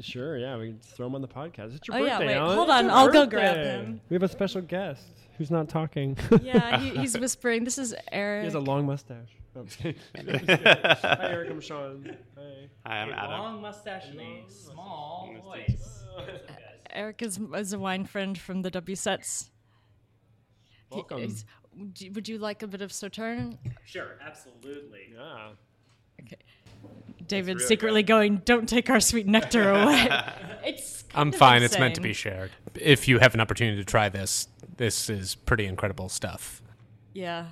Speaker 3: sure. Yeah, we can throw him on the podcast. It's your
Speaker 4: Oh, yeah,
Speaker 3: birthday.
Speaker 4: wait,
Speaker 3: Alan.
Speaker 4: hold
Speaker 3: It's
Speaker 4: on,
Speaker 3: your
Speaker 4: I'll go grab
Speaker 3: birthday.
Speaker 4: him.
Speaker 3: We have a special guest who's not talking.
Speaker 4: Yeah, he, he's whispering. This is
Speaker 3: He
Speaker 4: Eric.
Speaker 3: has a long mustache. Oh, I'm just kidding. Hi,
Speaker 6: I
Speaker 3: Eric. I'm Sean. Hi.
Speaker 6: am Adam.
Speaker 7: Long mustache and a small voice.
Speaker 4: Eric is, is a wine friend from the W sets.
Speaker 3: Welcome.
Speaker 4: He's- would you- would you like a bit of Sauterne?
Speaker 7: Sure, absolutely.
Speaker 3: yeah.
Speaker 4: David's secretly going, don't take our sweet nectar away. it's kind
Speaker 5: I'm
Speaker 4: of
Speaker 5: fine. It's meant to
Speaker 4: insane.
Speaker 5: be shared. If you have an opportunity to try this, this is pretty incredible stuff.
Speaker 4: Yeah.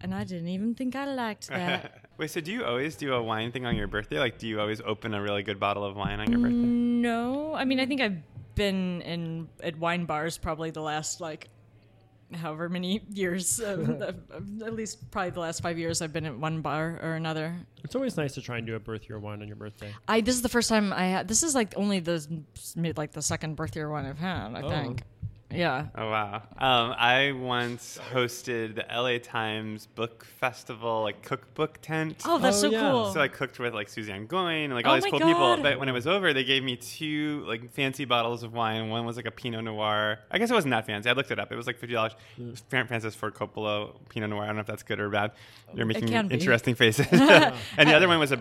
Speaker 4: And I didn't even think I liked that.
Speaker 6: Wait, so do you always do a wine thing on your birthday? Like, do you always open a really good bottle of wine on your birthday?
Speaker 4: no, I mean, I think I've been in at wine bars probably the last like however many years, of, of- of- at least probably the last five years I've been at one bar or another.
Speaker 3: It's always nice to try and do a birth year wine on your birthday.
Speaker 4: I this is the first time I had. This is like only the mid like the second birth year one I've had.
Speaker 5: Oh.
Speaker 4: I think. Yeah.
Speaker 6: Oh wow! Um, I once hosted the LA Times Book Festival, like cookbook tent.
Speaker 4: Oh, that's
Speaker 3: Oh,
Speaker 4: so
Speaker 3: yeah.
Speaker 4: cool.
Speaker 6: So I cooked with like Suzanne Goin and like all
Speaker 4: Oh
Speaker 6: these
Speaker 4: my
Speaker 6: cool
Speaker 4: God.
Speaker 6: people. But when it was over, they gave me two like fancy bottles of wine. One was like a Pinot Noir. I guess it wasn't that fancy. I looked it up. It was like fifty dollars.
Speaker 4: Mm.
Speaker 6: Francis Ford Coppola Pinot Noir. I don't know if that's good or bad. You're making
Speaker 4: can be.
Speaker 6: interesting faces. and the other one was a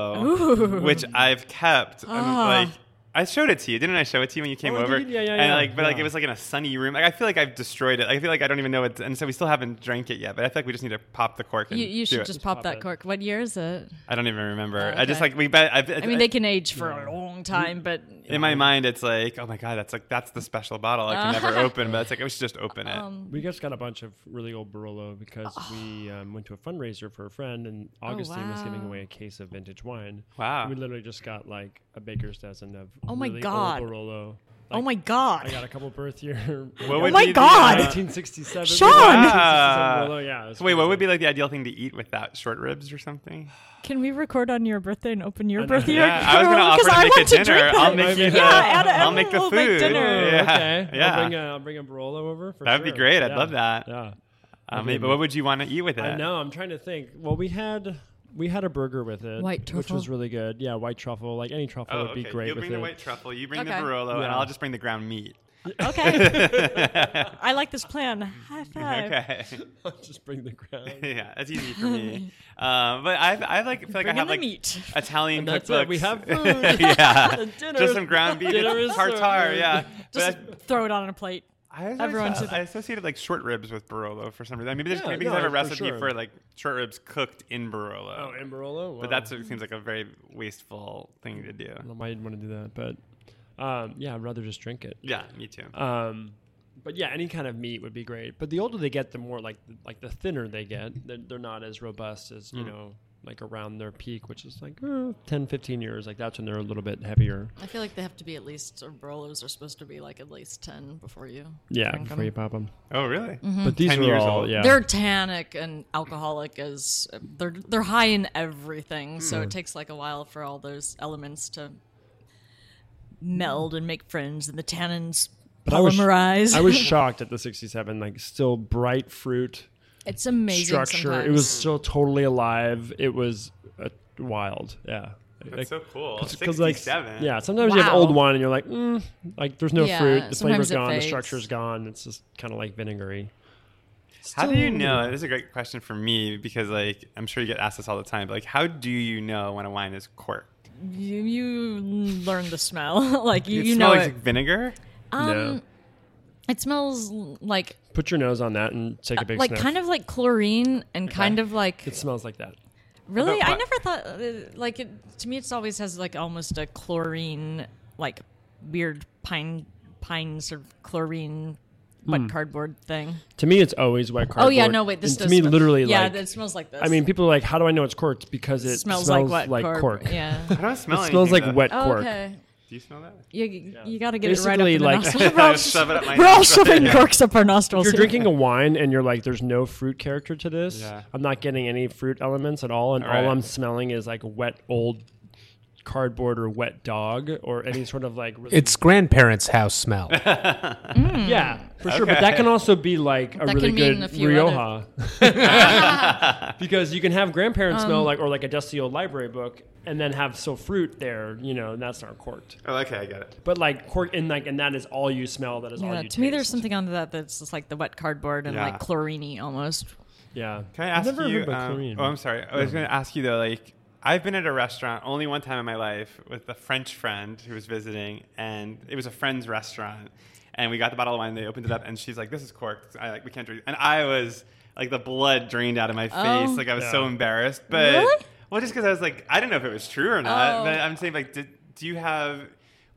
Speaker 6: Barolo, which I've kept.
Speaker 4: Ah.
Speaker 6: And, like I showed it to you, didn't I? Show it to you when you came
Speaker 3: Oh, you
Speaker 6: over.
Speaker 3: did? Yeah, yeah,
Speaker 6: And
Speaker 3: yeah.
Speaker 6: like, but like
Speaker 3: Yeah.
Speaker 6: it was like in a sunny room. Like I feel like I've destroyed it. I feel like I don't even know it. And so we still haven't drank it yet. But I feel like we just need to pop the cork. And
Speaker 4: you you
Speaker 6: do
Speaker 4: should
Speaker 6: it.
Speaker 4: just pop,
Speaker 3: pop
Speaker 4: that
Speaker 3: it.
Speaker 4: cork. What year is it?
Speaker 6: I don't even remember.
Speaker 4: Oh,
Speaker 6: I just
Speaker 4: okay.
Speaker 6: like we bet. I,
Speaker 4: I mean, they can age for a long time, but
Speaker 6: in my mind, it's like, oh my god, that's like that's the special bottle I can never open. But it's like I should just open it.
Speaker 4: Um,
Speaker 3: We just got a bunch of really old Barolo because we um, went to a fundraiser for a friend, and Augustine was giving
Speaker 4: Oh. wow.
Speaker 3: away a case of vintage wine.
Speaker 6: Wow.
Speaker 3: We literally just got like a baker's dozen of
Speaker 4: Oh my
Speaker 3: really
Speaker 4: God.
Speaker 3: old Barolo.
Speaker 4: oh
Speaker 3: Like,
Speaker 4: my
Speaker 3: I
Speaker 4: god.
Speaker 3: got a couple birth year.
Speaker 6: What
Speaker 4: Oh my
Speaker 6: be the,
Speaker 4: God!
Speaker 6: uh,
Speaker 3: 1967.
Speaker 4: Sean!
Speaker 3: 1967 Barolo, yeah. it was
Speaker 6: so wait, what
Speaker 3: crazy.
Speaker 6: would be like the ideal thing to eat with that? Short ribs or something?
Speaker 4: Can we record on your birthday and open your
Speaker 3: know.
Speaker 4: birthday?
Speaker 6: Yeah, I was gonna offer
Speaker 4: because
Speaker 6: to
Speaker 4: I
Speaker 6: make
Speaker 4: want
Speaker 6: it
Speaker 4: to
Speaker 6: dinner.
Speaker 4: drink
Speaker 6: I'll
Speaker 4: that.
Speaker 6: make
Speaker 3: Yeah,
Speaker 6: you the.
Speaker 4: add- add
Speaker 6: I'll
Speaker 4: a
Speaker 6: make the
Speaker 4: little
Speaker 6: food.
Speaker 4: bit dinner.
Speaker 3: Oh,
Speaker 6: Yeah,
Speaker 3: Okay.
Speaker 6: yeah.
Speaker 3: I'll bring a, I'll bring a Barolo over for
Speaker 6: That'd be
Speaker 3: sure.
Speaker 6: great. I'd
Speaker 3: Yeah,
Speaker 6: love that.
Speaker 3: Yeah.
Speaker 6: Um, maybe- but what would you want to eat with it?
Speaker 3: I know. I'm trying to think. Well, we had we had a burger with it,
Speaker 4: White
Speaker 3: which
Speaker 4: truffle?
Speaker 3: was really good. Yeah, white truffle. Like any truffle
Speaker 6: Oh,
Speaker 3: would be
Speaker 6: okay.
Speaker 3: great
Speaker 6: you
Speaker 3: with
Speaker 6: bring the
Speaker 3: it.
Speaker 6: white truffle. You bring
Speaker 4: Okay.
Speaker 6: the Barolo, and
Speaker 3: Yeah.
Speaker 6: I'll just bring the ground meat.
Speaker 4: Okay. I like this plan. High five.
Speaker 6: Okay.
Speaker 3: Just bring the ground.
Speaker 6: yeah, that's easy for me. um, but I, I like feel like I
Speaker 4: Bring in
Speaker 6: have
Speaker 4: the
Speaker 6: like
Speaker 4: meat.
Speaker 6: Italian
Speaker 3: And that's
Speaker 6: cookbooks.
Speaker 3: it. We have food.
Speaker 6: yeah,
Speaker 3: dinner
Speaker 6: just
Speaker 3: is-
Speaker 6: some ground beef,
Speaker 3: dinner is
Speaker 6: tartar.
Speaker 3: served.
Speaker 6: Yeah,
Speaker 4: Just throw it on a plate.
Speaker 6: I, always
Speaker 4: everyone
Speaker 6: thought-
Speaker 4: should-
Speaker 6: I associated like short ribs with Barolo for some reason. Maybe there's
Speaker 3: Yeah,
Speaker 6: maybe 'cause
Speaker 3: no,
Speaker 6: I have a
Speaker 3: for
Speaker 6: recipe
Speaker 3: sure.
Speaker 6: for like short ribs cooked in Barolo.
Speaker 3: Oh, and Barolo. Wow.
Speaker 6: but that seems like a very wasteful thing to do.
Speaker 3: I might want to do that, but um, yeah, I'd rather just drink it.
Speaker 6: Yeah, me too.
Speaker 3: Um, but yeah, any kind of meat would be great. But the older they get, the more like like the thinner they get. They're, they're not as robust as you know, like around their peak, which is like uh, 10, 15 years. Like that's when they're a little bit heavier.
Speaker 4: I feel like they have to be at least, or Brolos are supposed to be like at least 10 before you.
Speaker 3: Yeah,
Speaker 4: drink 'em.
Speaker 3: before you pop them.
Speaker 6: oh, really?
Speaker 3: But these
Speaker 6: 10
Speaker 3: were
Speaker 6: years
Speaker 3: all
Speaker 6: old.
Speaker 3: yeah.
Speaker 4: Hmm. They're tannic and alcoholic as they're they're high in everything, so
Speaker 3: Hmm.
Speaker 4: it takes like a while for all those elements to meld and make friends, and the tannins
Speaker 3: I was-
Speaker 4: polymerize.
Speaker 3: I was shocked at the 67, like still bright fruit
Speaker 4: it's amazing.
Speaker 3: structure. It was still totally alive. It was uh, wild. Yeah.
Speaker 6: That's so cool.
Speaker 3: because like
Speaker 6: Sixty-seven.
Speaker 3: yeah sometimes you have old
Speaker 4: Wow.
Speaker 3: wine and you're like mm, like there's no
Speaker 4: Yeah,
Speaker 3: fruit the
Speaker 4: sometimes
Speaker 3: flavor's
Speaker 4: it
Speaker 3: gone
Speaker 4: fades.
Speaker 3: the structure's gone it's just kind of like vinegary
Speaker 6: How do you know? This is a great question for me because, like, I'm sure you get asked this all the time. But, like, how do you know when a wine is corked?
Speaker 4: you, you learn the smell, like you,
Speaker 6: It
Speaker 4: you know
Speaker 6: smells
Speaker 4: it.
Speaker 6: like vinegar.
Speaker 4: Um,
Speaker 3: No.
Speaker 4: It smells l- like
Speaker 3: put your nose on that and take a big
Speaker 4: like
Speaker 3: sniff.
Speaker 4: kind of like chlorine and kind of like
Speaker 3: it smells like that
Speaker 4: Really,
Speaker 6: About
Speaker 4: I
Speaker 6: what?
Speaker 4: never thought uh, like it. To me, it's always has like almost a chlorine, like weird pine, pine sort of chlorine, but cardboard thing.
Speaker 3: to me it's always wet Hmm. cardboard
Speaker 4: Oh yeah, no wait, this
Speaker 3: And
Speaker 4: does
Speaker 3: to me
Speaker 4: smell-
Speaker 3: literally
Speaker 4: yeah,
Speaker 3: like
Speaker 4: it smells like this.
Speaker 3: I mean people are like how do I know it's corked because it
Speaker 4: it
Speaker 3: smells,
Speaker 4: smells, like what?
Speaker 3: like cork
Speaker 4: Yeah.
Speaker 6: I don't smell
Speaker 3: it smells like
Speaker 6: anything, though.
Speaker 3: wet
Speaker 4: Oh,
Speaker 3: cork
Speaker 4: okay.
Speaker 6: Do you smell that?
Speaker 4: You, you got to get
Speaker 3: Basically,
Speaker 4: it right up
Speaker 3: like-
Speaker 4: in the nostril.
Speaker 6: I shove it up my
Speaker 4: We're all
Speaker 6: nose.
Speaker 4: shoving corks up our nostrils.
Speaker 3: you're
Speaker 4: here.
Speaker 3: drinking a wine and you're like, there's no fruit character to this.
Speaker 6: Yeah.
Speaker 3: I'm not getting any fruit elements at all, and all
Speaker 6: Right.
Speaker 3: I'm smelling is like wet old cardboard or wet dog or any sort of like. really-
Speaker 5: It's grandparents' house smell.
Speaker 3: yeah, for sure. But that can also be like a
Speaker 8: That
Speaker 3: really
Speaker 8: can mean
Speaker 3: good
Speaker 8: a few
Speaker 3: Rioja, because you can have grandparents smell like or like a dusty old library book, and then have so fruit there. You know, and that's not corked.
Speaker 6: Oh, okay, I get it.
Speaker 3: But like cork and like and that is all you smell. That is all
Speaker 4: Yeah,
Speaker 3: you.
Speaker 4: to me, there's
Speaker 3: taste.
Speaker 4: something on that that's just like the wet cardboard and
Speaker 6: Yeah.
Speaker 4: like chloriney almost.
Speaker 3: Yeah.
Speaker 6: Can I ask
Speaker 3: I've never
Speaker 6: you?
Speaker 3: Heard about
Speaker 6: um,
Speaker 3: Korean.
Speaker 6: oh, I'm sorry. I was going to ask you though. Like, I've been at a restaurant only one time in my life with a French friend who was visiting, and it was a friend's restaurant, and we got the bottle of wine. They opened it up, and she's like, "This is corked. I, like, we can't drink." And I was like, the blood drained out of my face.
Speaker 4: Oh.
Speaker 6: Like, I was
Speaker 3: Yeah.
Speaker 6: so embarrassed. But
Speaker 4: Really?
Speaker 6: well, just because I was like, I don't know if it was true or not.
Speaker 4: Oh.
Speaker 6: But I'm saying like, did, do you have?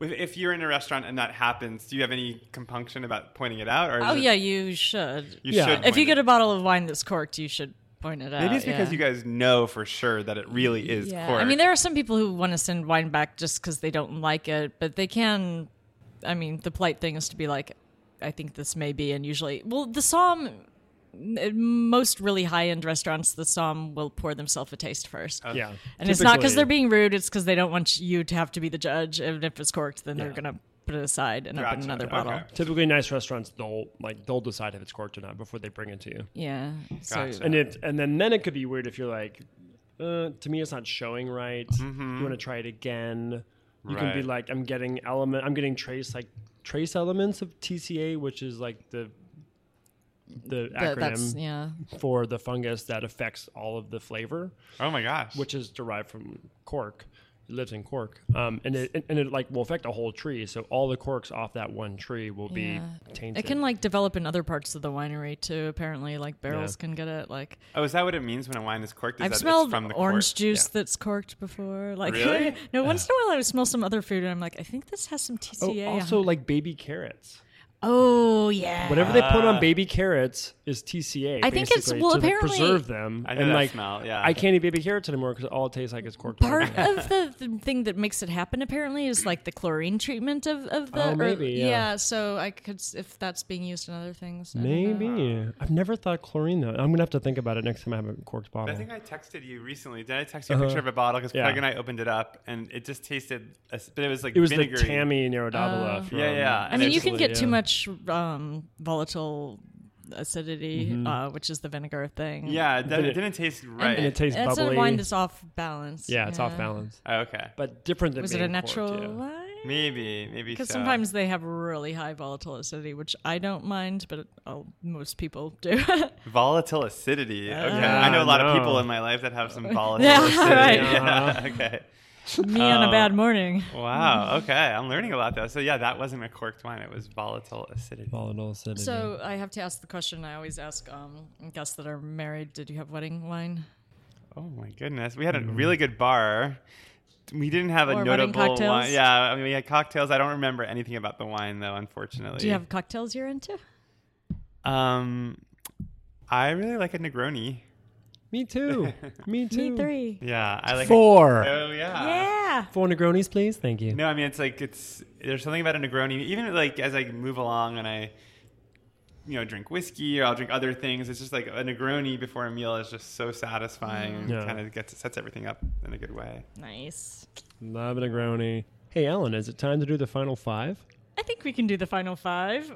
Speaker 6: If if you're in a restaurant and that happens, do you have any compunction about pointing it out? Or is
Speaker 4: Oh
Speaker 6: it-
Speaker 4: yeah, you should.
Speaker 6: you
Speaker 3: Yeah.
Speaker 6: should.
Speaker 4: if
Speaker 6: point
Speaker 4: you
Speaker 6: it
Speaker 4: get a bottle of wine that's corked, you should point it out.
Speaker 6: Maybe it's because you guys know for sure that it really is
Speaker 4: Yeah,
Speaker 6: cork.
Speaker 4: I mean, there are some people who want to send wine back just because they don't like it, but they can. I mean, the polite thing is to be like, "I think this may be," and usually, well, the psalm. at Most really high-end restaurants, the psalm will pour themselves a taste first,
Speaker 6: Uh,
Speaker 4: and
Speaker 3: Yeah.
Speaker 4: it's not because
Speaker 3: Typically-
Speaker 4: they're being rude; it's because they don't want you to have to be the judge. And if it's corked, then they're gonna put it aside and
Speaker 6: Gotcha.
Speaker 4: open another
Speaker 6: Okay.
Speaker 4: bottle.
Speaker 3: Typically, nice restaurants they'll like they'll decide if it's corked or not before they bring it to you.
Speaker 4: Yeah, so
Speaker 6: Gotcha.
Speaker 3: And it and then then it could be weird if you're like, uh, to me it's not showing right. You want to try it again. You can be
Speaker 6: Right.
Speaker 3: like, I'm getting element, I'm getting trace like trace elements of TCA, which is like the the
Speaker 4: that- that's
Speaker 3: acronym
Speaker 4: yeah.
Speaker 3: for the fungus that affects all of the flavor,
Speaker 6: oh my gosh.
Speaker 3: which is derived from cork. It lives in cork, um, and it and it like will affect a whole tree. So all the corks off that one tree will be
Speaker 4: Yeah.
Speaker 3: tainted.
Speaker 4: It can like develop in other parts of the winery too. Apparently, like barrels
Speaker 3: Yeah.
Speaker 4: can get it. Like
Speaker 6: oh, is that what it means when a wine is corked? Is
Speaker 4: I've
Speaker 6: that it's
Speaker 4: smelled
Speaker 6: from the
Speaker 4: orange
Speaker 6: cork?
Speaker 4: juice that's corked before. Like
Speaker 6: Really?
Speaker 4: no, once in a while I would smell some other food and I'm like, I think this has some
Speaker 3: Oh,
Speaker 4: TCA. on
Speaker 3: also
Speaker 4: it."
Speaker 3: like baby carrots.
Speaker 4: oh yeah.
Speaker 3: Whatever they put
Speaker 6: Ah.
Speaker 3: on baby carrots is TCA.
Speaker 4: I think it's-
Speaker 3: basically,
Speaker 4: well,
Speaker 3: to like,
Speaker 4: apparently-
Speaker 3: preserve them.
Speaker 6: I know
Speaker 3: and
Speaker 6: that
Speaker 3: like,
Speaker 6: smell, yeah.
Speaker 3: I can't eat baby carrots anymore because all it tastes like is corked.
Speaker 4: Part
Speaker 3: pepper.
Speaker 4: of the, the thing that makes it happen apparently is like the chlorine treatment of, of the
Speaker 3: Oh,
Speaker 4: or-
Speaker 3: maybe, yeah.
Speaker 4: so I could s- if that's being used in other things. I don't know.
Speaker 3: Maybe I've never thought chlorine though. I'm gonna have to think about it next time I have a corked
Speaker 6: I
Speaker 3: bottle.
Speaker 6: think I texted you recently. Did I text you a picture of a bottle? Because
Speaker 3: Yeah.
Speaker 6: Craig and I opened it up, and it just tasted, a s- but it was like
Speaker 3: it was
Speaker 6: vinegary.
Speaker 3: the Tammy Narodabala. from,
Speaker 6: Yeah, yeah.
Speaker 4: Oh. I
Speaker 6: And
Speaker 4: mean,
Speaker 6: it's
Speaker 4: you can get
Speaker 3: yeah.
Speaker 4: too much um, volatile acidity,
Speaker 3: Mm-hmm.
Speaker 4: uh, which is the vinegar thing.
Speaker 6: Yeah, it didn't,
Speaker 3: it-
Speaker 6: didn't taste right.
Speaker 3: And it tastes
Speaker 4: That's
Speaker 3: bubbly.
Speaker 4: a wine that's off balance.
Speaker 3: yeah, it's off balance,
Speaker 6: oh, okay.
Speaker 3: but different than
Speaker 4: Was it
Speaker 3: being
Speaker 4: a natural
Speaker 3: corked, yeah.
Speaker 4: wine?
Speaker 6: Maybe, maybe.
Speaker 4: Because
Speaker 6: so.
Speaker 4: sometimes they have really high volatile acidity, which I don't mind, but oh, most people do.
Speaker 6: volatile acidity. Okay, I know a lot
Speaker 3: no.
Speaker 6: of people in my life that have some volatile
Speaker 4: Yeah,
Speaker 6: acidity.
Speaker 4: right.
Speaker 6: Yeah, okay.
Speaker 4: Me on
Speaker 3: Uh,
Speaker 4: a bad morning.
Speaker 6: Uh-huh. Wow. Okay. I'm learning a lot though. So yeah, that wasn't a corked wine. It was volatile acidity.
Speaker 3: Volatile acidity.
Speaker 4: So I have to ask the question I always ask um, guests that are married: Did you have wedding wine?
Speaker 6: Oh my goodness. We had a really good bar. We didn't have a
Speaker 4: Or wedding
Speaker 6: notable wine.
Speaker 4: cocktails?
Speaker 6: Yeah, I mean, we had cocktails. I don't remember anything about the wine though, unfortunately.
Speaker 4: Do you have cocktails you're into?
Speaker 6: Um, I really like a Negroni.
Speaker 3: me too. Me too.
Speaker 4: Me three.
Speaker 6: Yeah, I like. A,
Speaker 5: Four.
Speaker 6: oh yeah.
Speaker 4: Yeah.
Speaker 3: Four Negronis, please. Thank you.
Speaker 6: No, I mean it's like it's there's something about a Negroni. Even like as I move along and I, you know, drink whiskey or I'll drink other things. It's just like a Negroni before a meal is just so satisfying
Speaker 4: Mm.
Speaker 6: and
Speaker 3: Yeah.
Speaker 6: kind of gets sets everything up in a good way.
Speaker 4: Nice.
Speaker 3: Love a Negroni. Hey, Alan, is it time to do the final five?
Speaker 4: I think we can do the final five.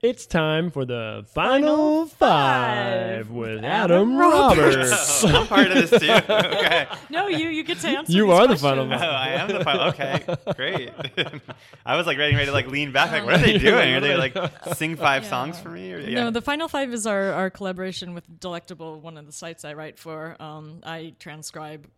Speaker 3: It's time for the final, five,
Speaker 4: five
Speaker 3: with
Speaker 4: with
Speaker 3: Adam,
Speaker 4: Adam
Speaker 3: Roberts.
Speaker 6: I'm part of this too. Okay.
Speaker 4: No, you you get to answer.
Speaker 3: You
Speaker 4: these
Speaker 3: are the
Speaker 4: questions.
Speaker 3: final
Speaker 6: Oh, I am the final. Okay, great. I was like getting ready to like lean back. Like, what are they doing? Are they like sing five songs for me? Or, yeah.
Speaker 4: No, the final five is our, our collaboration with Delectable, one of the sites I write for. Um, I transcribe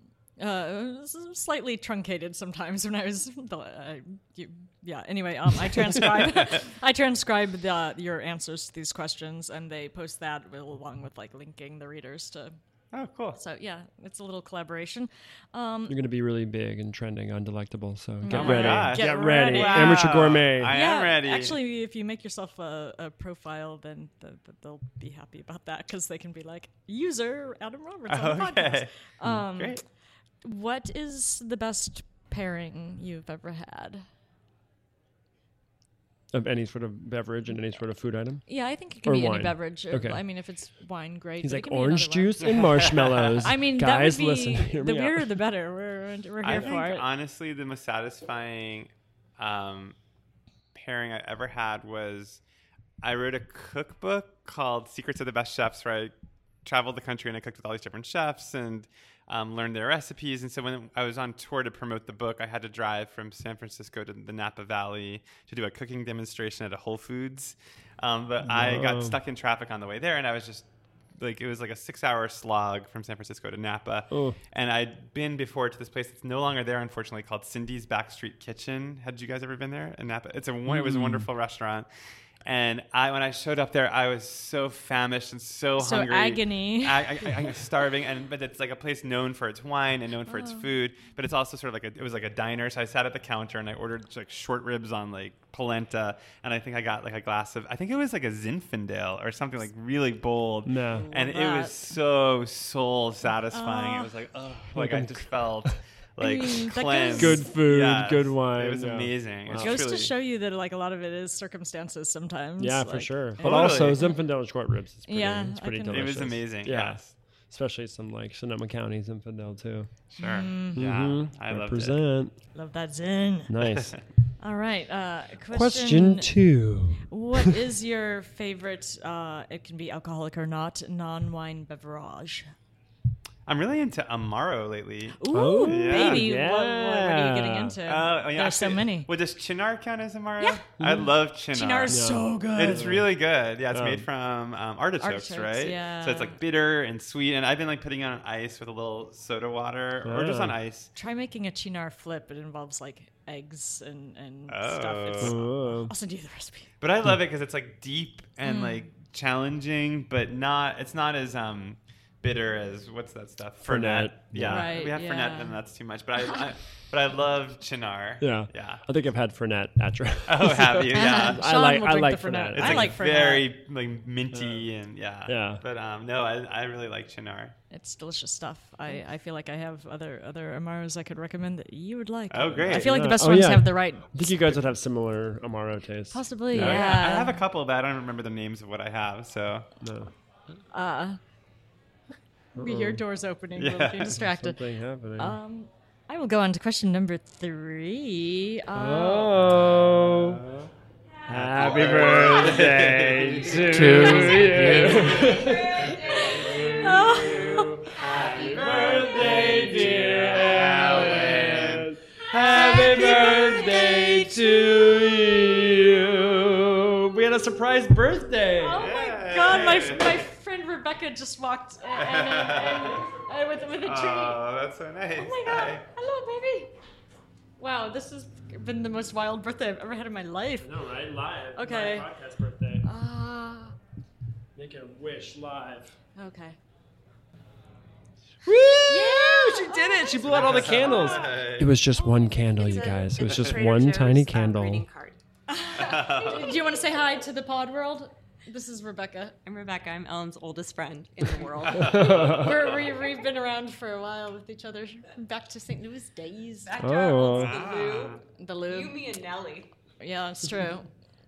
Speaker 4: uh, s- slightly truncated sometimes when I was I, you, yeah. Anyway, um, I transcribe I transcribe the, your answers to these questions, and they post that with- along with like linking the readers to.
Speaker 6: oh, cool.
Speaker 4: So yeah, it's a little collaboration. Um,
Speaker 3: You're going to be really big and trending on Delectable, so get
Speaker 6: Oh my
Speaker 3: ready.
Speaker 6: gosh.
Speaker 3: Get,
Speaker 4: Get
Speaker 3: ready.
Speaker 4: ready.
Speaker 6: Wow.
Speaker 3: Amateur gourmet.
Speaker 6: I
Speaker 4: yeah,
Speaker 6: am ready.
Speaker 4: Actually, if you make yourself a, a profile, then the, the, they'll be happy about that because they can be like user Adam Roberts on the podcast.
Speaker 6: okay.
Speaker 4: Um,
Speaker 6: Great.
Speaker 4: What is the best pairing you've ever had?
Speaker 3: of any sort of beverage and any sort of food item.
Speaker 4: Yeah, I think it could
Speaker 3: Or
Speaker 4: be
Speaker 3: wine.
Speaker 4: any beverage. Or-
Speaker 3: Okay.
Speaker 4: I mean, if it's wine, great.
Speaker 3: He's
Speaker 4: but it
Speaker 3: like
Speaker 4: could be another
Speaker 3: orange
Speaker 4: one.
Speaker 3: juice and marshmallows.
Speaker 4: I mean,
Speaker 3: guys,
Speaker 4: that would be
Speaker 3: listen, hear
Speaker 4: the
Speaker 3: me out.
Speaker 4: weirder the better. We're, we're
Speaker 6: I
Speaker 4: here
Speaker 6: think
Speaker 4: for it.
Speaker 6: honestly, the most satisfying um, pairing I ever had was I wrote a cookbook called Secrets of the Best Chefs, where I traveled the country and I cooked with all these different chefs and um, learned their recipes. And so when I was on tour to promote the book, I had to drive from San Francisco to the Napa Valley to do a cooking demonstration at a Whole Foods. Um, but I
Speaker 3: Whoa.
Speaker 6: got stuck in traffic on the way there, and I was just like it was like a six hour slog from San Francisco to Napa.
Speaker 3: Oh.
Speaker 6: And I'd been before to this place that's no longer there, unfortunately, called Cindy's Backstreet Kitchen. Had you guys ever been there in Napa? It's a won- it was a wonderful restaurant. And I when I showed up there, I was so famished and so,
Speaker 4: So
Speaker 6: hungry.
Speaker 4: agony.
Speaker 6: I, I, I was starving, and but it's like a place known for its wine and known for
Speaker 4: Oh.
Speaker 6: its food, but it's also sort of like a, it was like a diner. So I sat at the counter and I ordered like short ribs on like polenta, and I think I got like a glass of I think it was like a Zinfandel or something like really bold.
Speaker 3: No.
Speaker 6: and it
Speaker 4: Love
Speaker 6: was
Speaker 4: that.
Speaker 6: so soul satisfying. it was like oh, like I
Speaker 3: I'm
Speaker 6: just felt
Speaker 4: mean,
Speaker 6: like
Speaker 4: that goes-
Speaker 6: cleansed.
Speaker 3: Good food,
Speaker 6: Yes.
Speaker 3: good wine,
Speaker 6: It was
Speaker 3: yeah.
Speaker 6: amazing. It's
Speaker 4: Goes
Speaker 6: truly-
Speaker 4: to show you that like a lot of it is circumstances sometimes.
Speaker 3: yeah, for
Speaker 4: like-
Speaker 3: sure.
Speaker 4: Yeah.
Speaker 3: But also Zinfandel and short ribs. It's pretty,
Speaker 4: Yeah,
Speaker 3: it's
Speaker 4: I
Speaker 3: pretty
Speaker 4: can-
Speaker 6: it
Speaker 3: delicious.
Speaker 6: was amazing.
Speaker 3: Yeah.
Speaker 6: Yes,
Speaker 3: Especially some like Sonoma County Zinfandel too.
Speaker 6: sure.
Speaker 4: Mm-hmm. Ah,
Speaker 6: Yeah,
Speaker 3: Mhm.
Speaker 6: I loved it.
Speaker 3: Represent.
Speaker 4: Love that zin.
Speaker 3: Nice.
Speaker 4: All right. Uh,
Speaker 3: Question
Speaker 4: question.
Speaker 3: two.
Speaker 4: what is your favorite? Uh, it can be alcoholic or not. Non-wine beverage.
Speaker 6: I'm really into Amaro lately.
Speaker 4: Ooh,
Speaker 3: Oh,
Speaker 4: baby.
Speaker 3: yeah.
Speaker 4: What, what, what are you getting into?
Speaker 6: Oh, oh, yeah.
Speaker 4: There's so
Speaker 6: actually,
Speaker 4: many.
Speaker 6: Well, does Chinar count as Amaro?
Speaker 4: Yeah.
Speaker 6: I
Speaker 3: Mm-hmm.
Speaker 6: love Chinar.
Speaker 4: Chinar is so good.
Speaker 6: It's really good. Yeah, it's
Speaker 3: Um,
Speaker 6: made from um, artichokes,
Speaker 4: Artichokes,
Speaker 6: right?
Speaker 4: yeah.
Speaker 6: So it's like bitter and sweet. And I've been like putting it on ice with a little soda water or just
Speaker 3: Yeah.
Speaker 6: on ice.
Speaker 4: Try making a chinar flip. It involves like eggs and, and
Speaker 6: Oh.
Speaker 4: stuff. It's,
Speaker 3: Oh.
Speaker 4: I'll send you the recipe.
Speaker 6: But I
Speaker 3: Mm.
Speaker 6: love it because it's like deep
Speaker 4: Mm.
Speaker 6: and like challenging, but not, it's not as um, bitter as what's that stuff?
Speaker 3: Fernet.
Speaker 6: Yeah.
Speaker 4: Right,
Speaker 6: we have
Speaker 4: yeah.
Speaker 6: Fernet, and that's too much. But I, I, but I love Chinar.
Speaker 3: Yeah.
Speaker 6: Yeah.
Speaker 3: I think I've had Fernet Atra.
Speaker 6: Oh, have you? Yeah.
Speaker 4: Sean
Speaker 3: I like-
Speaker 4: will
Speaker 3: I
Speaker 4: drink
Speaker 3: like
Speaker 4: the
Speaker 3: Fernet.
Speaker 4: Fernet.
Speaker 6: It's
Speaker 4: I
Speaker 6: like,
Speaker 4: like Fernet.
Speaker 6: very like minty and yeah.
Speaker 3: Yeah.
Speaker 6: But um, no, I, I really like Chinar.
Speaker 4: It's delicious stuff. I, I feel like I have other other amaros I could recommend that you would like.
Speaker 6: Oh, great.
Speaker 4: I feel like the
Speaker 3: Yeah.
Speaker 4: best
Speaker 3: Oh,
Speaker 4: ones
Speaker 3: yeah.
Speaker 4: have the right.
Speaker 3: I think you guys would have similar Amaro tastes.
Speaker 4: Possibly, yeah.
Speaker 6: Oh, I have a couple, but I don't remember the names of what I have. So
Speaker 3: No.
Speaker 4: we hear doors opening. We're
Speaker 6: Yeah.
Speaker 4: getting distracted.
Speaker 3: Something happening.
Speaker 4: I will go on to question number three. Uh,
Speaker 3: oh. Happy birthday to, you.
Speaker 4: oh
Speaker 3: Happy birthday, dear Alan. Happy birthday to you. We had a surprise birthday.
Speaker 4: oh my god, my, my friend Rebecca just walked in and, and, and with, with a treat.
Speaker 6: oh, that's so nice.
Speaker 4: Oh my god! Hello, baby. Wow, this has been the most wild birthday I've ever had in my life.
Speaker 3: No, right? Live.
Speaker 4: Okay.
Speaker 3: My podcast birthday. Uh.
Speaker 4: Ah,
Speaker 3: Make a wish live.
Speaker 4: okay.
Speaker 3: Woo! She did it. She blew out all the candles. It was just one candle, you guys. It was just one tiny candle.
Speaker 8: card.
Speaker 4: Do you want to say hi to the pod world? This is Rebecca.
Speaker 8: I'm Rebecca. I'm Ellen's oldest friend in the world.
Speaker 4: We're, we, we've been around for a while with each other. Back to St. Louis days.
Speaker 8: Back
Speaker 3: to our old Oh.
Speaker 4: The
Speaker 8: You,
Speaker 4: lube.
Speaker 8: me, and Nelly.
Speaker 4: Yeah, it's true.
Speaker 8: Are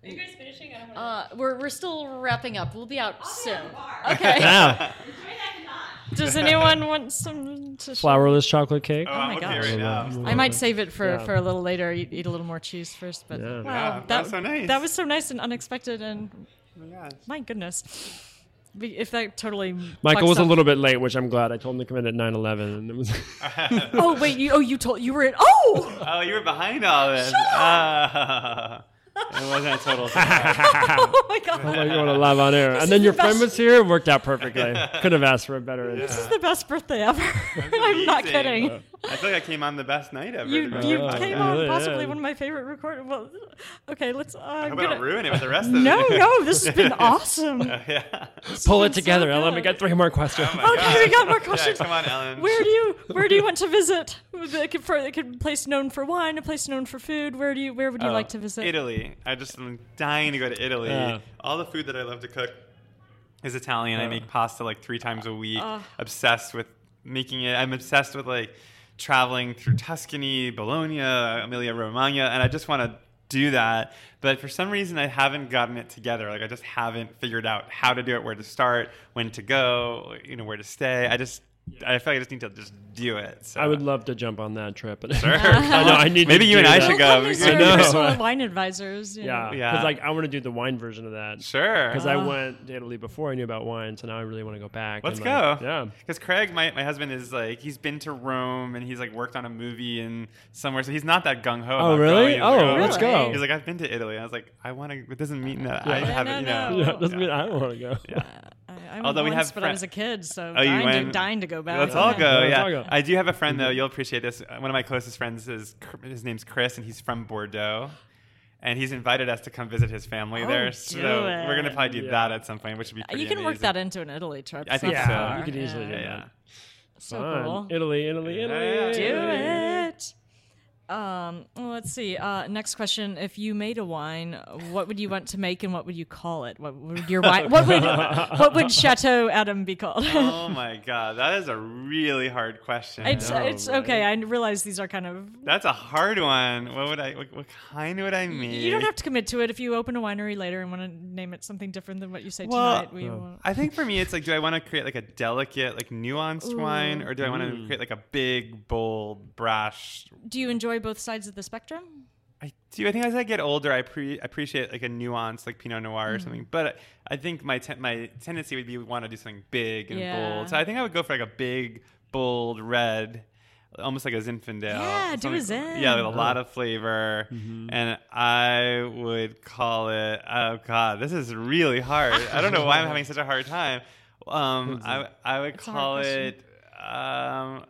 Speaker 8: you guys finishing? I don't want
Speaker 4: Uh, we're, we're still wrapping up. We'll be out soon.
Speaker 8: bar.
Speaker 4: Okay.
Speaker 3: Now,
Speaker 4: Does anyone want some? To sh-
Speaker 3: flourless chocolate cake.
Speaker 6: Oh, I'm
Speaker 4: my
Speaker 6: okay
Speaker 4: gosh.
Speaker 6: right now.
Speaker 4: I might save it for,
Speaker 3: Yeah.
Speaker 4: for a little later. Eat, eat a little more cheese first, but
Speaker 3: Yeah.
Speaker 6: Yeah,
Speaker 4: wow,
Speaker 6: that
Speaker 4: that
Speaker 6: was so nice.
Speaker 4: That was so nice and unexpected, and
Speaker 6: Oh my gosh.
Speaker 4: my goodness, We- if that totally.
Speaker 3: Michael
Speaker 4: fucks
Speaker 3: was a
Speaker 4: up-
Speaker 3: little bit late, which I'm glad. I told him to come in at 9:11, and it was.
Speaker 4: Oh wait, you oh you told you were in. Oh,
Speaker 6: Oh, you were behind all this. Ah. it wasn't a total surprise.
Speaker 4: oh my god,
Speaker 3: I'm like going to live on air, and then
Speaker 4: is
Speaker 3: your
Speaker 4: the
Speaker 3: friend
Speaker 4: best-
Speaker 3: was here. It worked out perfectly. Couldn't have asked for a better.
Speaker 4: this is the best birthday ever. I'm not
Speaker 6: amazing.
Speaker 4: kidding.
Speaker 6: I feel like I came on the best night ever.
Speaker 4: You
Speaker 6: to be
Speaker 4: you
Speaker 6: honest.
Speaker 4: came
Speaker 3: yeah.
Speaker 4: on
Speaker 3: Really
Speaker 4: possibly
Speaker 3: is.
Speaker 4: one of my favorite record. Well, okay, let's. Uh,
Speaker 6: I
Speaker 4: I'm
Speaker 6: hope I don't
Speaker 4: gonna,
Speaker 6: ruin it with the rest of
Speaker 4: no,
Speaker 6: it.
Speaker 4: no, this has been awesome.
Speaker 6: yeah.
Speaker 3: Pull it
Speaker 4: It's so
Speaker 3: together, Ellen.
Speaker 4: good.
Speaker 3: We got three more questions.
Speaker 6: Oh my
Speaker 4: Okay, we
Speaker 6: gosh.
Speaker 4: got more
Speaker 6: Yeah,
Speaker 4: questions.
Speaker 6: come on, Ellen.
Speaker 4: Where do you where do you want to visit? They could- For they could- place known for wine, a place known for food. Where do you where would you
Speaker 6: Oh,
Speaker 4: like to visit?
Speaker 6: Italy. I just am dying to go to Italy.
Speaker 3: Yeah.
Speaker 6: All the food that I love to cook is Italian. I make pasta like three times a week. obsessed with making it. I'm obsessed with like traveling through Tuscany, Bologna, Emilia Romagna, and I just want to do that. But for some reason, I haven't gotten it together. Like I just haven't figured out how to do it, where to start, when to go, you know, where to stay. I just, I feel like I just need to just do it. So.
Speaker 3: I would love to jump on that trip. But
Speaker 6: Sure.
Speaker 3: I know, I need to
Speaker 6: Maybe you
Speaker 3: do
Speaker 6: and I
Speaker 3: that.
Speaker 4: We'll
Speaker 6: should go.
Speaker 4: come as
Speaker 6: I
Speaker 4: your
Speaker 6: know.
Speaker 4: personal wine advisors. you
Speaker 3: Yeah,
Speaker 4: know.
Speaker 6: Yeah.
Speaker 3: Because like I want to do the wine version of that.
Speaker 6: Sure. Oh.
Speaker 3: Because I went to Italy before I knew about wine, so now I really want to go back.
Speaker 6: Let's
Speaker 3: and, like,
Speaker 6: go.
Speaker 3: Yeah.
Speaker 6: Because Craig, my, my husband, is like, he's been to Rome and he's like worked on a movie and somewhere. So he's not that gung ho.
Speaker 3: Oh, really? Oh,
Speaker 4: let's go.
Speaker 6: He's like, I've been to Italy. I was like, I want to, but doesn't mean that I
Speaker 3: Yeah.
Speaker 6: haven't, you
Speaker 4: no,
Speaker 6: know.
Speaker 3: Yeah,
Speaker 4: no.
Speaker 3: doesn't
Speaker 6: Yeah.
Speaker 3: mean I don't want to go.
Speaker 4: I, I went
Speaker 6: Although we
Speaker 4: once,
Speaker 6: have
Speaker 4: but
Speaker 6: friend-
Speaker 4: I was a kid, so
Speaker 6: Oh, you
Speaker 4: dying, to,
Speaker 6: went?
Speaker 4: dying to go back.
Speaker 6: Let's all
Speaker 4: Yeah.
Speaker 6: go.
Speaker 3: Let's
Speaker 6: Yeah,
Speaker 3: all go. Mm-hmm.
Speaker 6: I do have a friend though. You'll appreciate this. One of my closest friends is his name's Chris, and he's from Bordeaux, and he's invited us to come visit his family
Speaker 4: Oh,
Speaker 6: there.
Speaker 4: do
Speaker 6: So we're gonna
Speaker 4: it.
Speaker 6: probably do
Speaker 3: Yeah.
Speaker 6: that at some point, which would be pretty
Speaker 4: You can work
Speaker 6: amazing.
Speaker 4: that into an Italy trip.
Speaker 6: I
Speaker 4: It's
Speaker 6: think
Speaker 4: not
Speaker 3: Yeah,
Speaker 6: so.
Speaker 4: far.
Speaker 3: you could easily do
Speaker 6: Yeah,
Speaker 3: that.
Speaker 6: yeah.
Speaker 4: So
Speaker 3: Fun.
Speaker 4: cool.
Speaker 3: Italy, Italy, Italy.
Speaker 6: Yeah.
Speaker 4: do it. Um, well, let's see. Uh, next question: If you made a wine, what would you want to make, and what would you call it? What would your wine? What would what would Chateau Adam be called?
Speaker 6: Oh my god, that is a really hard question.
Speaker 4: it's
Speaker 3: know,
Speaker 4: it's
Speaker 3: right?
Speaker 4: okay. I realize these are kind of.
Speaker 6: That's a hard one. What would I? What, what kind would I make?
Speaker 4: You don't have to commit to it. If you open a winery later and want to name it something different than what you say
Speaker 6: Well-
Speaker 4: tonight, we won't.
Speaker 6: I think for me, it's like, do I want to create like a delicate, like nuanced wine, or do I want to create like a big, bold, brash
Speaker 4: Do you enjoy both sides of the spectrum?
Speaker 6: I do. I think as I get older, I pre- appreciate like a nuance, like Pinot Noir or
Speaker 4: Mm.
Speaker 6: something. But I think my ten- my tendency would be we want to do something big and
Speaker 4: Yeah.
Speaker 6: bold. So I think I would go for like a big, bold red, almost like a Zinfandel.
Speaker 4: Yeah, do a
Speaker 6: Something- Yeah, with a
Speaker 3: Oh.
Speaker 4: Zin.
Speaker 6: lot of flavor.
Speaker 3: Mm-hmm.
Speaker 6: And I would call it. Oh God, this is really hard. I don't know why I'm having such a hard time. Um, I I
Speaker 4: a hard
Speaker 6: would call it. Um,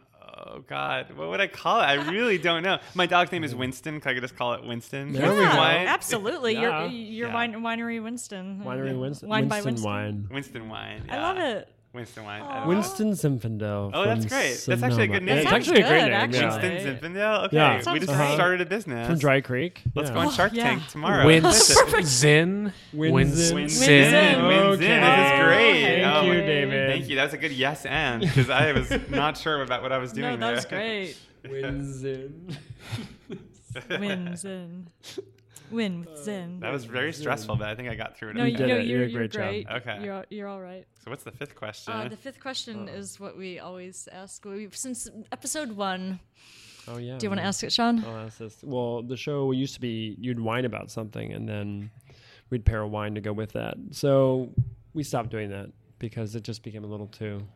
Speaker 6: oh God, what would I call it? I really don't know. My dog's name is Winston. Could I just call it Winston?
Speaker 3: There we
Speaker 4: Yeah,
Speaker 3: go.
Speaker 6: Wine?
Speaker 4: absolutely.
Speaker 3: Yeah.
Speaker 4: Your your
Speaker 6: Yeah.
Speaker 4: wine, winery Winston.
Speaker 3: Winery Winston.
Speaker 4: Wine by
Speaker 3: Winston
Speaker 4: Winston.
Speaker 3: Wine.
Speaker 6: Winston wine.
Speaker 4: I love
Speaker 6: yeah.
Speaker 4: it.
Speaker 6: Winston wine. I don't know.
Speaker 3: Winston Zinfandel.
Speaker 6: Uh, Oh, that's
Speaker 3: from
Speaker 6: great. That's actually a good
Speaker 3: Sonoma.
Speaker 6: name.
Speaker 3: It's
Speaker 6: That
Speaker 3: actually a
Speaker 4: sounds
Speaker 3: great
Speaker 4: good,
Speaker 3: name.
Speaker 4: actually.
Speaker 3: yeah.
Speaker 6: Winston
Speaker 4: Right.
Speaker 6: Zinfandel. Okay,
Speaker 3: Yeah.
Speaker 6: we
Speaker 4: Sounds
Speaker 6: just
Speaker 4: great.
Speaker 6: started a business.
Speaker 3: From Dry Creek.
Speaker 6: Let's
Speaker 3: yeah.
Speaker 6: go on Shark
Speaker 4: yeah.
Speaker 6: Tank tomorrow.
Speaker 5: Wins,
Speaker 4: Perfect.
Speaker 5: Zin,
Speaker 3: Wins-
Speaker 5: wins,
Speaker 3: Wins-
Speaker 5: Zin.
Speaker 4: Wins-
Speaker 6: Wins in. This is
Speaker 3: Okay.
Speaker 6: great.
Speaker 3: Thank
Speaker 6: Oh my-
Speaker 3: you, David.
Speaker 6: Thank you. That was a good yes and because I was not sure about what I was
Speaker 4: No,
Speaker 6: doing
Speaker 4: that was
Speaker 6: there.
Speaker 4: great.
Speaker 3: Winston.
Speaker 4: Wins in. Win with Zen.
Speaker 6: Uh, That was very stressful, but I think I got through it.
Speaker 4: no,
Speaker 6: okay.
Speaker 4: you,
Speaker 3: did
Speaker 4: no,
Speaker 3: it. You
Speaker 4: you're,
Speaker 3: did a
Speaker 4: you're
Speaker 3: great job.
Speaker 4: great.
Speaker 6: Okay. Uh-huh.
Speaker 4: You're, you're all right.
Speaker 6: so what's the fifth question?
Speaker 4: Uh, the fifth question is what we always ask. We, since episode one,
Speaker 3: Oh yeah.
Speaker 4: do you want
Speaker 6: Uh-huh.
Speaker 4: to ask it, Sean?
Speaker 3: I'll ask this. Well, the show used to be you'd whine about something and then we'd pair a wine to go with that. So we stopped doing that because it just became a little too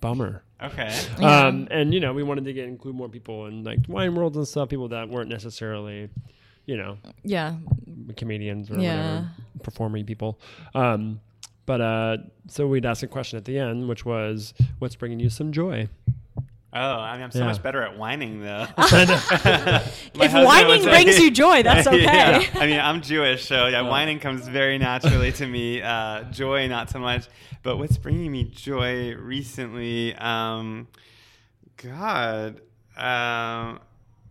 Speaker 3: bummer.
Speaker 6: okay.
Speaker 3: Um, and you know, we wanted to get include more people in like wine worlds and stuff, people that weren't necessarily, you know,
Speaker 4: Yeah.
Speaker 3: comedians or
Speaker 4: Yeah.
Speaker 3: whatever, performing people. Um, but uh, so we'd ask a question at the end, which was, "What's bringing you some joy?"
Speaker 6: Oh, I mean, I'm so
Speaker 3: Yeah.
Speaker 6: much better at whining though.
Speaker 4: If whining brings you joy, that's okay.
Speaker 6: Yeah. I mean, I'm Jewish, so
Speaker 3: Oh.
Speaker 6: yeah, whining comes very naturally to me. Uh, joy, not so much. But what's bringing me joy recently? Um, God, um,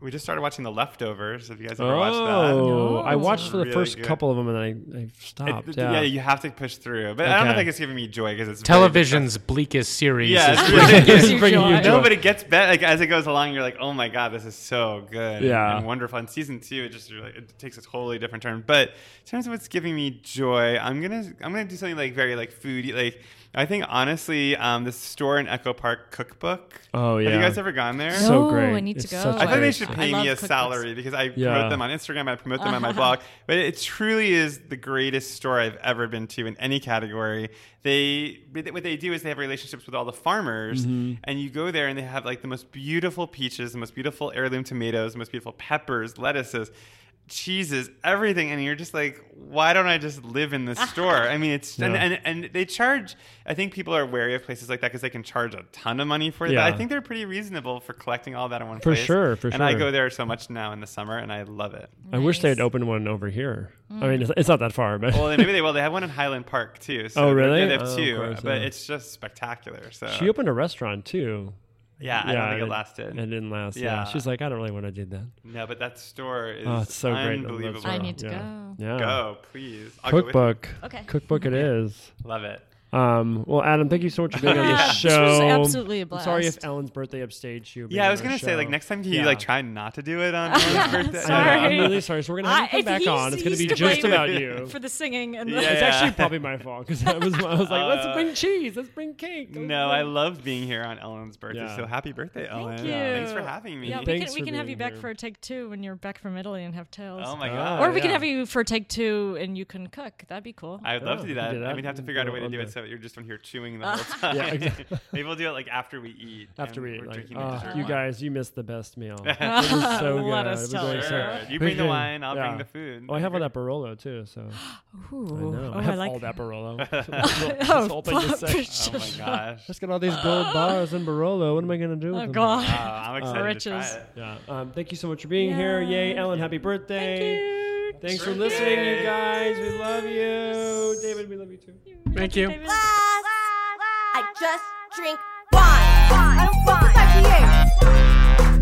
Speaker 6: we just started watching The Leftovers. If you guys ever watched that.
Speaker 3: Oh, I
Speaker 4: No.
Speaker 3: watched for the
Speaker 6: Really
Speaker 3: first
Speaker 6: good.
Speaker 3: couple of them and then I, I stopped.
Speaker 6: It-
Speaker 3: yeah.
Speaker 6: yeah, you have to push through. But I don't
Speaker 3: Okay.
Speaker 6: think it's giving me joy because it's very
Speaker 5: Television's bleakest series.
Speaker 6: Yeah,
Speaker 5: is
Speaker 6: it's
Speaker 5: bringing
Speaker 6: really-
Speaker 5: you
Speaker 4: Gives you
Speaker 3: bringing you
Speaker 4: joy.
Speaker 3: joy.
Speaker 6: No, but it gets better. Like as it goes along, you're like, oh my god, this is so good, and-
Speaker 3: Yeah.
Speaker 6: and wonderful. And season two, it just really, it takes a totally different turn. But in terms of what's giving me joy, I'm gonna I'm gonna do something like very like foodie. Like I think honestly, um, this store in Echo Park cookbook.
Speaker 3: Oh,
Speaker 6: Have
Speaker 3: yeah.
Speaker 6: you guys ever gone there?
Speaker 3: so
Speaker 4: No,
Speaker 3: great.
Speaker 4: I need to
Speaker 3: It's
Speaker 4: go.
Speaker 3: such
Speaker 6: I think they
Speaker 3: great-
Speaker 6: should
Speaker 4: I
Speaker 6: pay
Speaker 4: love
Speaker 6: me a
Speaker 4: cookbooks. Uh-huh.
Speaker 6: salary because I
Speaker 3: Yeah.
Speaker 6: promote them on Instagram, I promote them on my blog. But it truly is the greatest store I've ever been to in any category. They what they do is they have relationships with all the farmers,
Speaker 3: Mm-hmm.
Speaker 6: and you go there and they have like the most beautiful peaches, the most beautiful heirloom tomatoes, the most beautiful peppers, lettuces. Cheeses, everything, and you're just like, why don't I just live in this store? I mean, it's and,
Speaker 3: Yeah.
Speaker 6: and and they charge. I think people are wary of places like that because they can charge a ton of money for it.
Speaker 3: Yeah.
Speaker 6: But I think they're pretty reasonable for collecting all that in one
Speaker 3: For
Speaker 6: place.
Speaker 3: sure, for
Speaker 6: and I
Speaker 3: sure.
Speaker 6: go there so much now in the summer, and I love it.
Speaker 3: I wish they had opened one over here.
Speaker 4: Mm.
Speaker 3: I mean, it's, it's not that far, but
Speaker 6: Well, they, maybe they will. They have one in Highland Park too. So
Speaker 3: Oh,
Speaker 6: they're-
Speaker 3: really?
Speaker 6: They have
Speaker 3: Oh, of
Speaker 6: two,
Speaker 3: course,
Speaker 6: but
Speaker 3: yeah.
Speaker 6: it's just spectacular. So
Speaker 3: she opened a restaurant too.
Speaker 6: yeah, uh, I don't think it
Speaker 3: and
Speaker 6: lasted.
Speaker 3: It didn't last. Yeah.
Speaker 6: Yeah.
Speaker 3: she's like, I don't really want to do that.
Speaker 6: no, but that store is
Speaker 3: Oh, it's so great. I love
Speaker 6: unbelievable.
Speaker 3: that
Speaker 4: I need to
Speaker 3: yeah.
Speaker 4: go.
Speaker 3: Yeah.
Speaker 6: Go, please. I'll go with you.
Speaker 3: Cookbook.
Speaker 4: Okay.
Speaker 3: Cookbook. It is.
Speaker 6: Love it.
Speaker 3: Um, well, Adam, thank you so much for being on the
Speaker 4: Yeah,
Speaker 3: show.
Speaker 4: this was absolutely a
Speaker 3: I'm sorry if
Speaker 4: blast.
Speaker 3: Ellen's birthday upstaged you. being
Speaker 6: Yeah, I was
Speaker 3: on our
Speaker 6: gonna say like
Speaker 3: show.
Speaker 6: next time can
Speaker 3: Yeah.
Speaker 6: you like try not to do it on Ellen's birthday?
Speaker 3: I know,
Speaker 4: Sorry.
Speaker 3: I'm really sorry. So we're gonna have you
Speaker 4: I-
Speaker 3: come
Speaker 4: if
Speaker 3: back
Speaker 4: he's-
Speaker 3: on. It's gonna
Speaker 4: he's
Speaker 3: be
Speaker 4: to
Speaker 3: just
Speaker 4: blame
Speaker 3: about you.
Speaker 4: for the singing and
Speaker 6: Yeah.
Speaker 3: It's actually probably my fault because I was, I was like, let's
Speaker 6: Uh,
Speaker 3: bring cheese, let's bring cake. let's
Speaker 6: No,
Speaker 3: bring-
Speaker 6: I love being here on Ellen's birthday.
Speaker 3: Yeah.
Speaker 6: So happy birthday, Ellen!
Speaker 4: you.
Speaker 6: Thanks for having me.
Speaker 4: Yeah, we
Speaker 3: Thanks
Speaker 4: can, we
Speaker 3: for
Speaker 4: can have
Speaker 3: being
Speaker 4: you back
Speaker 3: here.
Speaker 4: for a take two when you're back from Italy and have tails.
Speaker 6: oh my
Speaker 3: Oh,
Speaker 6: god!
Speaker 4: or we can
Speaker 6: yeah.
Speaker 4: have you for take two and you can cook. That'd be cool.
Speaker 6: I would love
Speaker 3: Yeah,
Speaker 6: to
Speaker 3: we
Speaker 6: do
Speaker 3: can
Speaker 6: that.
Speaker 3: do
Speaker 6: I
Speaker 3: Oh, that.
Speaker 6: mean, have to
Speaker 3: We
Speaker 6: figure out
Speaker 3: do
Speaker 6: a way
Speaker 3: it
Speaker 6: to
Speaker 3: on
Speaker 6: do
Speaker 3: the-
Speaker 6: it so that you're just on here chewing the whole time.
Speaker 3: Yeah, exactly.
Speaker 6: Maybe we'll do it like after we eat.
Speaker 3: After
Speaker 6: and
Speaker 3: we eat,
Speaker 6: we're
Speaker 3: like,
Speaker 6: drinking
Speaker 3: "Ah,
Speaker 6: the dessert
Speaker 3: you
Speaker 6: wine.
Speaker 3: guys, you missed the best meal. It was so good.
Speaker 4: Let us
Speaker 3: It was
Speaker 4: tell
Speaker 3: really
Speaker 4: you.
Speaker 3: so-
Speaker 6: Sure. You bring the
Speaker 3: Okay.
Speaker 6: wine, I'll
Speaker 3: Yeah.
Speaker 6: bring the food.
Speaker 3: Oh, I have an
Speaker 6: That'd
Speaker 3: Aperolo too, so
Speaker 4: Ooh.
Speaker 3: I know.
Speaker 4: Oh,
Speaker 3: I
Speaker 4: I,
Speaker 3: have
Speaker 4: like
Speaker 3: all the
Speaker 4: that.
Speaker 3: Aperolo.
Speaker 4: Oh,
Speaker 3: this whole thing is
Speaker 4: for
Speaker 3: sick.
Speaker 6: be
Speaker 4: sure.
Speaker 6: great. Oh my gosh!
Speaker 3: Let's get all these gold bars and Barolo. What am I gonna do? with
Speaker 4: Oh,
Speaker 3: them?
Speaker 4: God.
Speaker 6: Wow, I'm excited to
Speaker 4: Riches.
Speaker 6: try it.
Speaker 3: Yeah. Um, thank you so much for being here. Yay, Ellen! Happy birthday! Thanks for listening, you guys. We love you, David. We love you too.
Speaker 5: Thank you.
Speaker 2: Glass. I just drink wine. I don't fuck with IPAs.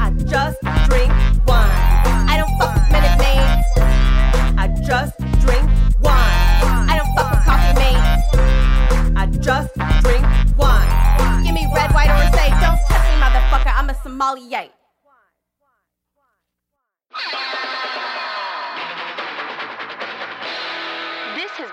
Speaker 2: I just drink wine. I don't fuck with Minute Maid. I just drink wine. I don't fuck with coffee mate. I just drink wine. Give me red, white, or say, don't touch me, motherfucker. I'm a sommelier.
Speaker 1: This has